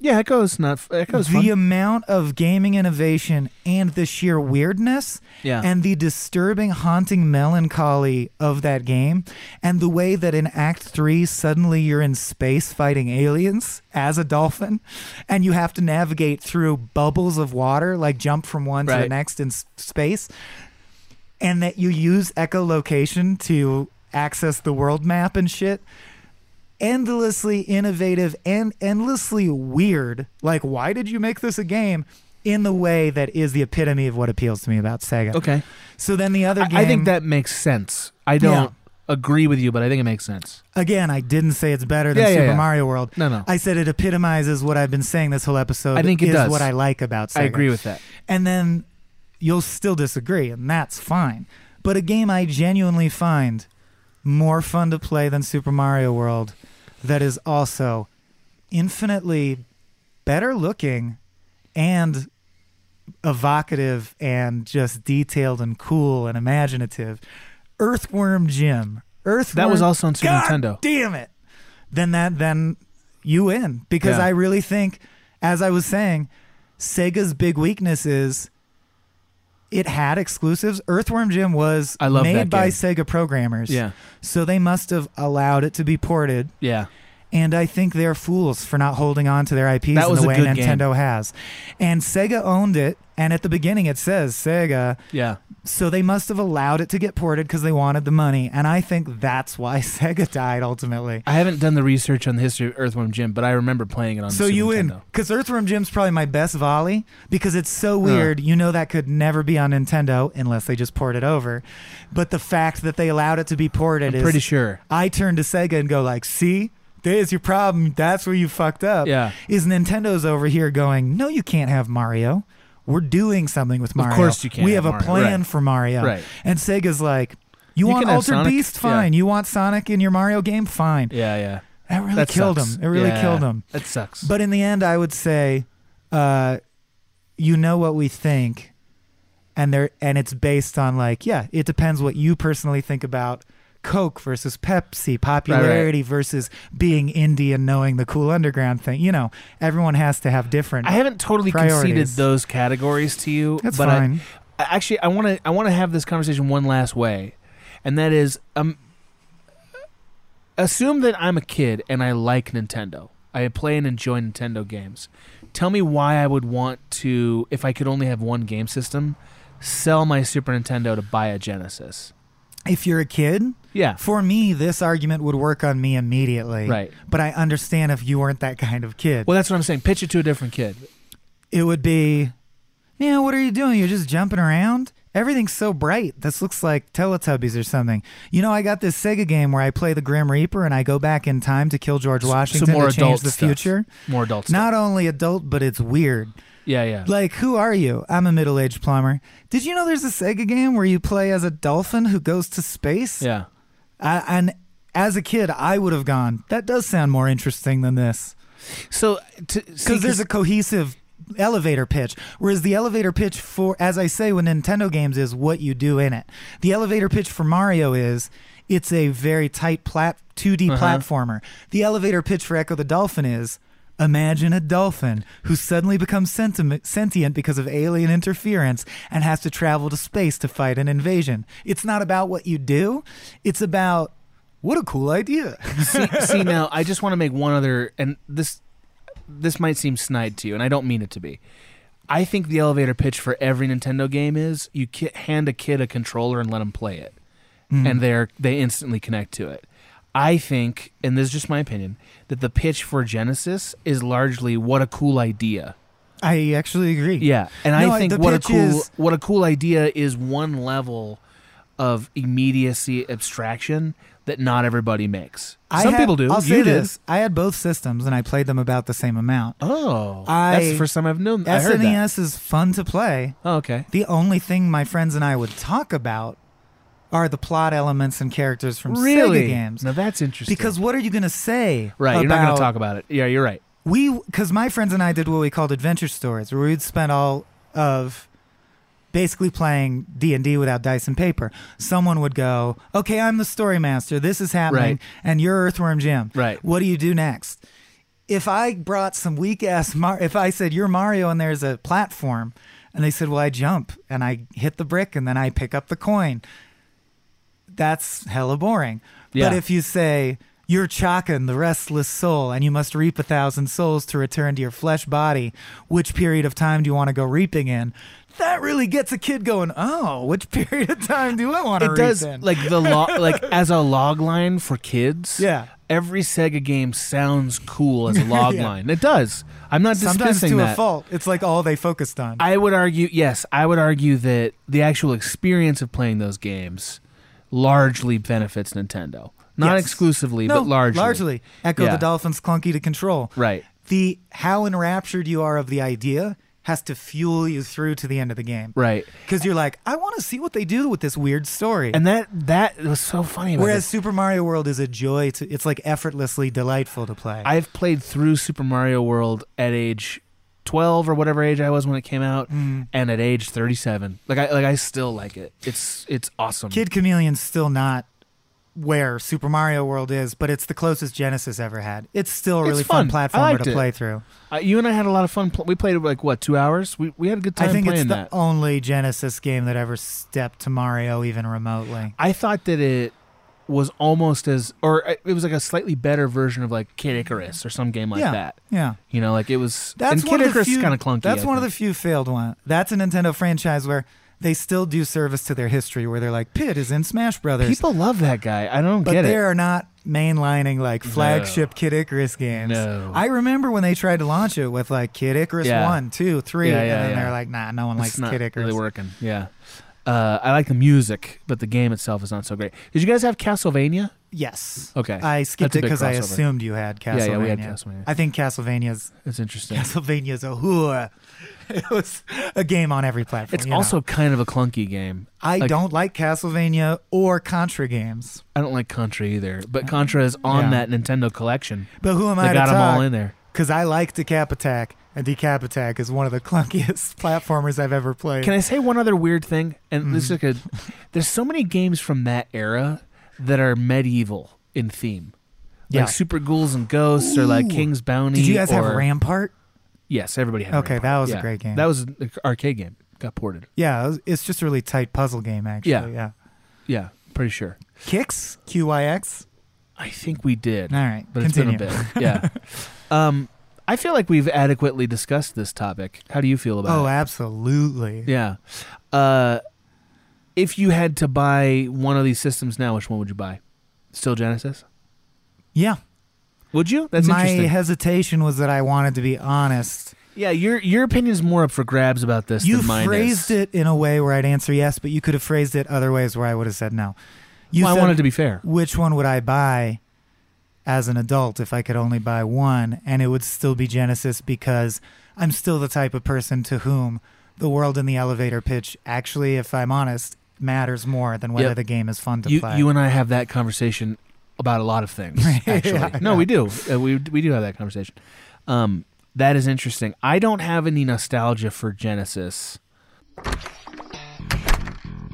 Yeah, Echo's not. Echo's the fun. amount of gaming innovation and the sheer weirdness Yeah. and the disturbing haunting melancholy of that game and the way that in act 3 suddenly you're in space fighting aliens as a dolphin and you have to navigate through bubbles of water like jump from one to the Right. next in s- space and that you use echolocation to access the world map and shit endlessly innovative and endlessly weird. Like, why did you make this a game? In the way that is the epitome of what appeals to me about Sega. Okay. So then the other I, game. I think that makes sense. I don't agree with you, but I think it makes sense. again, I didn't say it's better than Yeah, yeah, Super yeah. Mario World. No, no. I said it epitomizes what I've been saying this whole episode. I think it is does. what I like about. Sega. I agree with that. And then you'll still disagree, and that's fine. But a game I genuinely find more fun to play than Super Mario World, that is also infinitely better looking and evocative and just detailed and cool and imaginative. Earthworm Jim. Earthworm. That was also on Super God Nintendo. Damn it! Then that then you win because Yeah. I really think as I was saying, Sega's big weakness is it had exclusives. Earthworm Jim was I love made that by game. Sega programmers. Yeah. So they must have allowed it to be ported. Yeah. And I think they're fools for not holding on to their IPs That in was the a way good game. Nintendo has. And Sega owned it. And at the beginning, it says Sega. Yeah. So they must have allowed it to get ported because they wanted the money. And I think that's why Sega died ultimately. I haven't done the research on the history of Earthworm Jim, but I remember playing it on. So the Super you win Nintendo. because Earthworm Jim's probably my best volley because it's so weird. You know that could never be on Nintendo unless they just port it over. But the fact that they allowed it to be ported I'm is pretty sure. I turn to Sega and go like, "See, there's your problem. That's where you fucked up." Yeah. is Nintendo's over here going, "No, you can't have Mario. We're doing something with Mario. course you can't We have have a Mario." plan Right. for Mario." Right. And Sega's like, "You, You want can have Altered Sonic? Beast? Yeah. Fine. You want Sonic in your Mario game? Fine." Yeah, yeah. That really killed sucks. him. It really Yeah, killed him. That sucks. But in the end, I would say, uh, you know what we think, and there, and it's based on like, yeah, it depends what you personally think about Coke versus Pepsi, popularity versus being indie and knowing the cool underground thing. You know, everyone has to have different. I haven't totally conceded priorities. those categories to you. That's but I- fine. I, actually, I want to I want to have this conversation one last way, and that is, um, assume that I'm a kid and I like Nintendo. I play and enjoy Nintendo games. Tell me why I would want to, if I could only have one game system, sell my Super Nintendo to buy a Genesis. If you're a kid, Yeah. For me, this argument would work on me immediately. Right. But I understand if you weren't that kind of kid. Well, that's what I'm saying. Pitch it to a different kid. it would be, yeah, what are you doing? You're just jumping around? Everything's so bright. This looks like Teletubbies or something. You know, I got this Sega game where I play the Grim Reaper and I go back in time to kill George Washington more to change adult the stuff. future. More adult Not only adult, but it's weird. Yeah, yeah. Like, who are you? I'm a middle aged plumber. Did you know there's a Sega game where you play as a dolphin who goes to space? yeah. I, and as a kid, I would have gone, that does sound more interesting than this. So, because there's a cohesive elevator pitch whereas the elevator pitch for as i say with nintendo games is what you do in it the elevator pitch for mario is it's a very tight plat 2d Uh-huh. platformer the elevator pitch for echo the dolphin is imagine a dolphin who suddenly becomes sentiment, sentient because of alien interference and has to travel to space to fight an invasion it's not about what you do it's about what a cool idea see, see now i just want to make one other and this this might seem snide to you and i don't mean it to be i think the elevator pitch for every nintendo game is you ki- hand a kid a controller and let them play it Mm-hmm. and they're they instantly connect to it i think and this is just my opinion that the pitch for genesis is largely what a cool idea i actually agree yeah, and No, I think the what a pitch cool is- what a cool idea is one level of immediacy abstraction that not everybody makes. Some had- people do. I'll you say do. this: I had both systems, and I played them about the same amount. Oh, I E that's the first time I've known. I heard that. SNES is fun to play. Oh, okay. The only thing my friends and I would talk about are the plot elements and characters from Really? Sega games. Now that's interesting. Because what are you going to say? right, you're not going about- to talk about it. Yeah, you're right. we because my friends and I did what we called adventure stories, where we'd spend all of basically playing D and D without dice and paper. Someone would go, "Okay, I'm the story master. This is happening, Right. and you're Earthworm Jim. Right. What do you do next?" If I brought some weak ass, Mar- if I said you're Mario and there's a platform, and they said, "Well, I jump and I hit the brick and then I pick up the coin," that's hella boring. Yeah. But if you say you're Chakan, the restless soul, and you must reap a thousand souls to return to your flesh body, which period of time do you want to go reaping in? That really gets a kid going. Oh, which period of time do I want to It reap does in? like the log like as a log line for kids. Yeah. Every Sega game sounds cool as a log Yeah. line. It does. I'm not Sometimes dismissing to that. a fault, it's like all they focused on. I would argue, yes, I would argue that the actual experience of playing those games largely benefits Nintendo. Not Yes. exclusively, No, but largely. Largely, Echo Yeah. the Dolphin's clunky to control. Right. The how enraptured you are of the idea has to fuel you through to the end of the game. Right. Because you're like, I want to see what they do with this weird story. And that that was so funny. about Whereas this. Super Mario World is a joy to it's like effortlessly delightful to play. I've played through Super Mario World at age 12 or whatever age I was when it came out Mm. and at age 37. Like I like I still like it. It's it's awesome. Kid Chameleon's still not where Super Mario World is, but it's the closest Genesis ever had. It's still a really it's fun, I platformer liked to it. play through. Uh, you and I had a lot of fun. Pl- we played it like what two hours? We we had a good time I think playing it's the that. only Genesis game that ever stepped to Mario even remotely. I thought that it was almost as, or uh, it was like a slightly better version of like Kid Icarus or some game like Yeah, that. yeah. you know, like it was. That's and one of Kid the Icarus few, is kind of clunky. That's I one of think. the few failed one. That's a Nintendo franchise where they still do service to their history, where they're like, Pit is in Smash Brothers. People love that guy. I don't but get it. they are not mainlining like flagship Kid Icarus games. No. I remember when they tried to launch it with like Kid Icarus Yeah. one, two, three, Yeah, yeah, and then yeah. they're like, nah, no one It's likes not Kid Icarus. Really working. Yeah. Uh, I like the music, but the game itself is not so great. Did you guys have Castlevania? Yes. Okay. I skipped That's a it big because I crossover. assumed you had Castlevania. Yeah, yeah, we had Castlevania. I think Castlevania's It's interesting. Castlevania's a whore. It was a game on every platform. It's you know. also kind of a clunky game. I Like, don't like Castlevania or Contra games. I don't like Contra either, but Contra is on Uh, Yeah. that Nintendo collection. But who am I They to got talk? them all in there. Because I like Decap Attack, and Decap Attack is one of the clunkiest platformers I've ever played. Can I say one other weird thing? And Mm. this is like a, there's so many games from that era that are medieval in theme. Yeah. Like Super Ghouls and Ghosts or like Ooh. King's Bounty. Did you guys have or- Rampart? Yes, everybody had Okay, Rampart. that was a Yeah. great game. That was an arcade game. Got ported. Yeah, it was- it's just a really tight puzzle game, actually. Yeah. Yeah. Yeah, pretty sure. Kicks? QYX? I think we did. All right, But continue. it's been a bit. Yeah. um, I feel like we've adequately discussed this topic. How do you feel about Oh, it? absolutely. Yeah. Uh, if you had to buy one of these systems now, which one would you buy? Still Genesis? Yeah. Would you? That's My interesting. hesitation was that I wanted to be honest. yeah, your your opinion's more up for grabs about this You than mine phrased is. it in a way where I'd answer yes, but you could have phrased it other ways where I would have said no. You Well, I said, wanted to be fair. Which one would I buy as an adult if I could only buy one? And it would still be Genesis because I'm still the type of person to whom the world in the elevator pitch actually, if I'm honest, matters more than whether Yep. the game is fun to You play. you and I have that conversation about a lot of things. Actually, no, we do. Uh, we we do have that conversation. Um, that is interesting. I don't have any nostalgia for Genesis.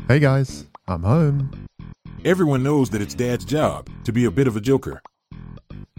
Hey guys, I'm home. Everyone knows that it's Dad's job to be a bit of a joker.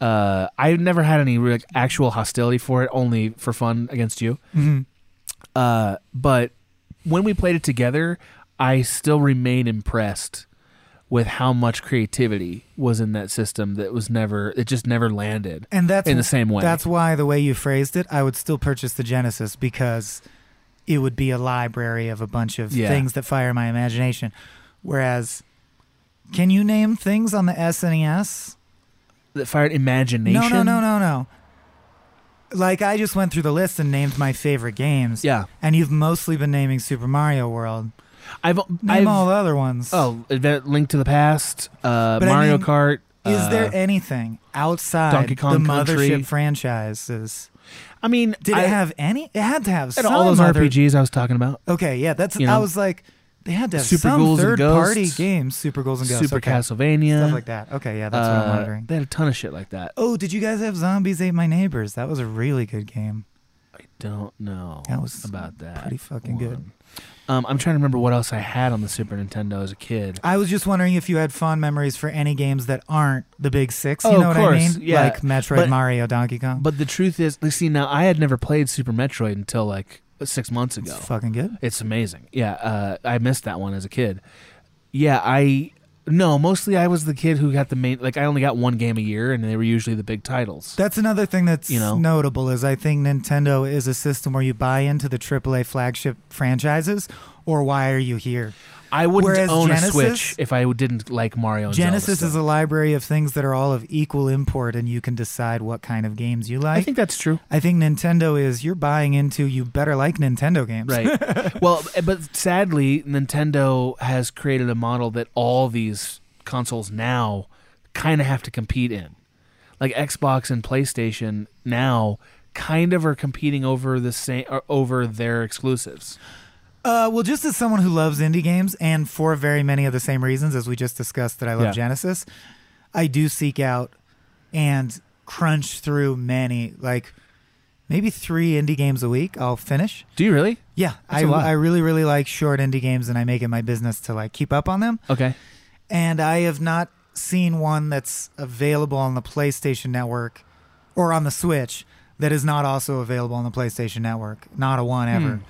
Uh, I've never had any like, actual hostility for it, only for fun against you. Mhm. Uh, but when we played it together, I still remain impressed with how much creativity was in that system that was never it just never landed and that's in the same way That's why the way you phrased it, I would still purchase the Genesis because it would be a library of a bunch of Yeah. things that fire my imagination. Whereas, can you name things on the E SNES? that fired imagination No, no, no, no, no. Like I just went through the list and named my favorite games. Yeah. and you've mostly been naming Super Mario World. I've name I've- all the other ones. Oh, Advent- Link to the Past, uh, But I Mario mean, Kart. Is uh, there anything outside Donkey Kong the Country. mothership franchises? I mean, did I- it have any? It had to have and some all those other- RPGs I was talking about? Okay, yeah, that's. You know? I was like, they had to have Super some Ghouls and third-party Ghosts, games. Super Ghouls and Ghosts, Super okay. Castlevania, stuff like that. Okay, yeah, that's what I'm Uh, wondering. They had a ton of shit like that. Oh, did you guys have Zombies Ate My Neighbors? That was a really good game. Don't know That was about that. pretty fucking good. Um, I'm trying to remember what else I had on the Super Nintendo as a kid. I was just wondering if you had fond memories for any games that aren't the big six. You Oh, know what of course, I mean? yeah. Like Metroid, But- Mario, Donkey Kong. But the truth is, like, see, now I had never played Super Metroid until like six months ago. It's fucking good. It's amazing. Yeah, uh, I missed that one as a kid. Yeah, I no, mostly I was the kid who got the main. Like, I only got one game a year, and they were usually the big titles. That's another thing that's You know? notable is I think Nintendo is a system where you buy into the AAA flagship franchises, or why are you here? I wouldn't Whereas own Genesis, a Switch if I didn't like Mario. And Genesis Zelda is stuff. a library of things that are all of equal import, and you can decide what kind of games you like. I think that's true. I think Nintendo is you're buying into. You better like Nintendo games, right. Well, but sadly, Nintendo has created a model that all these consoles now kind of have to compete in. Like Xbox and PlayStation now kind of are competing over the same or over their exclusives. Uh, well, just as someone who loves indie games, and for very many of the same reasons as we just discussed that I love Yeah. Genesis, I do seek out and crunch through many, like maybe three indie games a week. I'll finish. Do you really? Yeah, I, That's a lot. I really really like short indie games, and I make it my business to like keep up on them. Okay. And I have not seen one that's available on the PlayStation Network or on the Switch that is not also available on the PlayStation Network. Not a one ever. Hmm.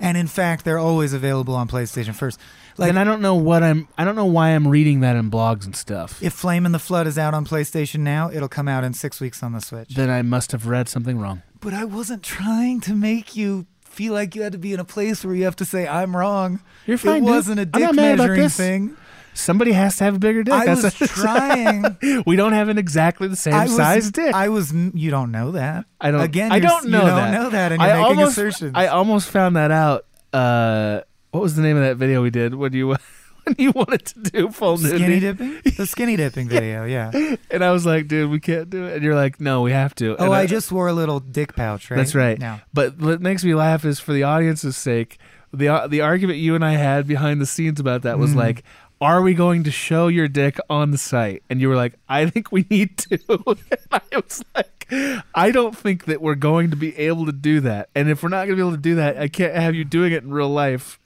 And in fact, they're always available on PlayStation first. Like, and I don't know what I'm. I don't know why I'm reading that in blogs and stuff. If Flame and the Flood is out on PlayStation now, it'll come out in six weeks on the Switch. Then I must have read something wrong. But I wasn't trying to make you feel like you had to be in a place where you have to say I'm wrong. You're fine. It dude. wasn't a I'm dick not mad about measuring this. thing. Somebody has to have a bigger dick. I That's was a- trying. we don't have an exactly the same I was, size dick. I was. You don't know that. I don't. Again, I you're- don't know you that. Don't know that, and you're I making almost, assertions. I almost found that out. Uh, what was the name of that video we did when you when you wanted to do full skinny nudity? dipping. The skinny dipping video. Yeah. And I was like, dude, we can't do it. And you're like, no, we have to. Oh, And I, just wore a little dick pouch. Right. That's right. Now. But what makes me laugh is for the audience's sake, the ar- the argument you and I had behind the scenes about that was Mm. like, are we going to show your dick on the site? And you were like, I think we need to. and I was like, I don't think that we're going to be able to do that. And if we're not going to be able to do that, I can't have you doing it in real life.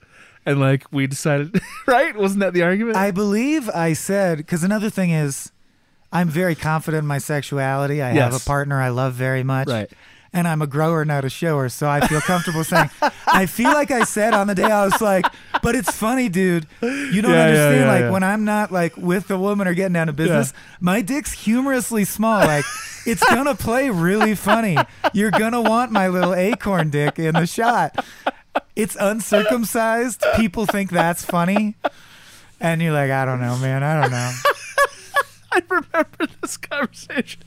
And like we decided, right? Wasn't that the argument? I believe I said because another thing is, I'm very confident in my sexuality. I have Yes. a partner I love very much. Right. And I'm a grower, not a shower, so I feel comfortable saying. I feel like I said on the day I was like, "But it's funny, dude. You don't Yeah, yeah, understand. yeah, like yeah. when I'm not like with a woman or getting down to business, my dick's humorously small. Like it's gonna play really funny. You're gonna want my little acorn dick in the shot. It's uncircumcised. People think that's funny, and you're like, I don't know, man. I don't know. I remember this conversation.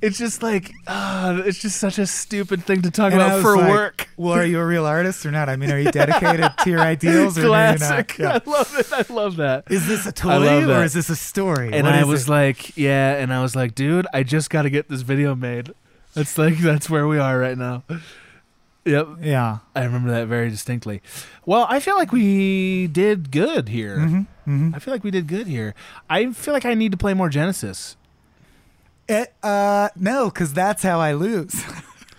It's just like, ah, it's just such a stupid thing to talk And I about was for like, work. Well, are you a real artist or not? I mean, are you dedicated to your ideals or Classic. Are you not? I love it. I love that. Is this a I love toy or that. is this a story? And What I is was it? like, yeah. And I was like, dude, I just got to get this video made. That's like that's where we are right now. Yep. Yeah. I remember that very distinctly. Well, I feel like we did good here. Mhm, mhm. I feel like we did good here. I feel like I need to play more Genesis. Eh, uh, no, because that's how I lose.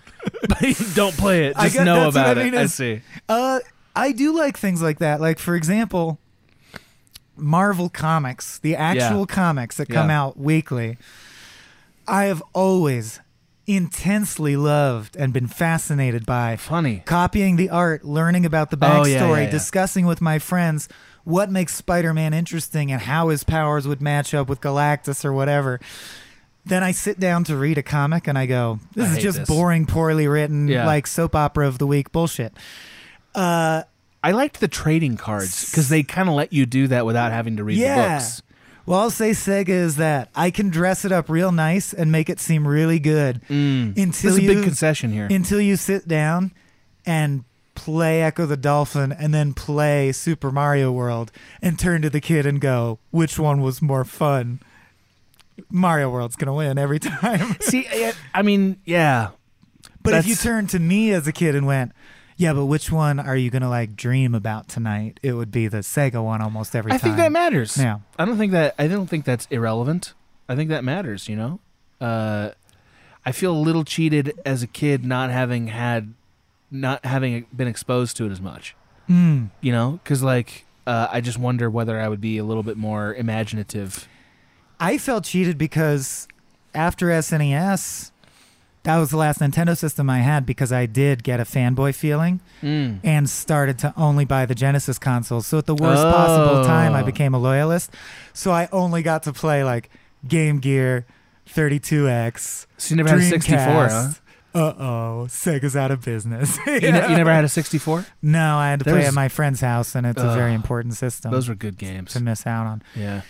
Don't play it. I Just got- know that's what about I mean it. I is- see. Uh, I do like things like that. Like for example, Marvel comics, the actual comics that come Yeah. out weekly. I have always intensely loved and been fascinated by funny copying the art, learning about the backstory, Oh, yeah, yeah, yeah. discussing with my friends what makes Spider-Man interesting and how his powers would match up with Galactus or whatever. Then I sit down to read a comic and I go, I this is hate just this. boring, poorly written, Yeah. like soap opera of the week bullshit. Uh, I liked the trading cards because they kind of let you do that without having to read the books. Well, I'll say Sega is that I can dress it up real nice and make it seem really good until This is Mm. a you big concession here. Until you sit down and play Echo the Dolphin and then play Super Mario World and turn to the kid and go, "Which one was more fun?" Mario World's gonna win every time. See, I, I mean, yeah. But if That's- you turned to me as a kid and went, "Yeah, but which one are you gonna like dream about tonight?" It would be the Sega one almost every I time. think that matters. Yeah. I don't think that I don't think that's irrelevant. I think that matters, you know? Uh I feel a little cheated as a kid not having had not having been exposed to it as much. Mm. You know, cuz like uh, I just wonder whether I would be a little bit more imaginative. I felt cheated because after SNES, that was the last Nintendo system I had because I did get a fanboy feeling Mm. and started to only buy the Genesis consoles. So at the worst possible time, I Oh. became a loyalist. So I only got to play like Game Gear, 32X. So you never had a 64, huh? Uh oh, Sega's out of business. You, ne- you never had a 64? No, I had to There play was- at my friend's house, and it's a very Ugh. important system. Those were good games. to miss out on. Yeah.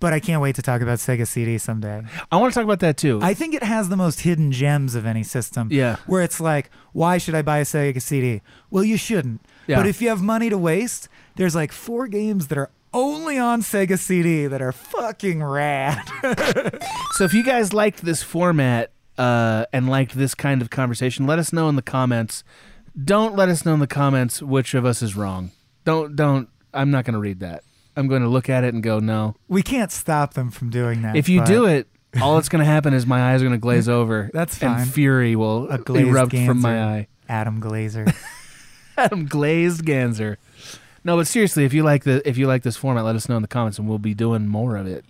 But I can't wait to talk about Sega CD someday. I want to talk about that too. I think it has the most hidden gems of any system. Yeah. Where it's like, why should I buy a Sega CD? Well, you shouldn't. Yeah. But if you have money to waste, there's like four games that are only on Sega CD that are fucking rad. So if you guys liked this format uh, and liked this kind of conversation, let us know in the comments. Don't let us know in the comments which of us is wrong. Don't don't. I'm not going to read that. I'm going to look at it and go no. we can't stop them from doing that. If you but do it, all that's going to happen is my eyes are going to glaze over. That's fine. And fury will a glazed erupt from my Ganser, eye. Adam Glazer. Adam glazed Ganser. No, but seriously, if you like the if you like this format, let us know in the comments, and we'll be doing more of it.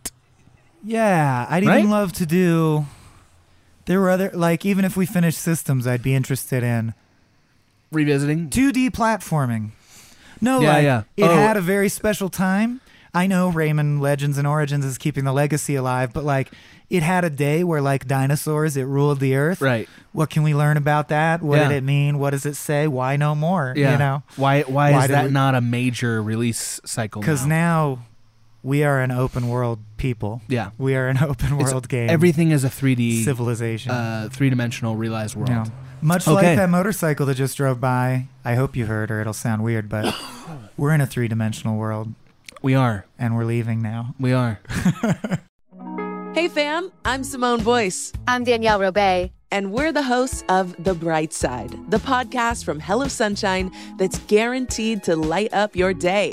yeah, I'd Right? even love to do. There were other like even if we finished systems, I'd be interested in Revisiting 2D platforming. No, Yeah, like, yeah. it Oh. had a very special time. I know Raymond Legends and Origins is keeping the legacy alive, but like it had a day where like dinosaurs, it ruled the earth. Right. What can we learn about that? What did Yeah. it mean? What does it say? Why no more? Yeah. You know, why why, Why is did that we- not a major release cycle? because now we are an open world people. Yeah. We are an open It's- world game. Everything is a 3D Civilization. uh, three-dimensional realized world. Yeah. Much Okay. like that motorcycle that just drove by. I hope you heard, or it'll sound weird, but we're in a three dimensional world. We are. And we're leaving now. We are. Hey, fam, I'm Simone Boyce. I'm Danielle Robay. And we're the hosts of The Bright Side, the podcast from Hello Sunshine that's guaranteed to light up your day.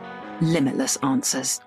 limitless answers.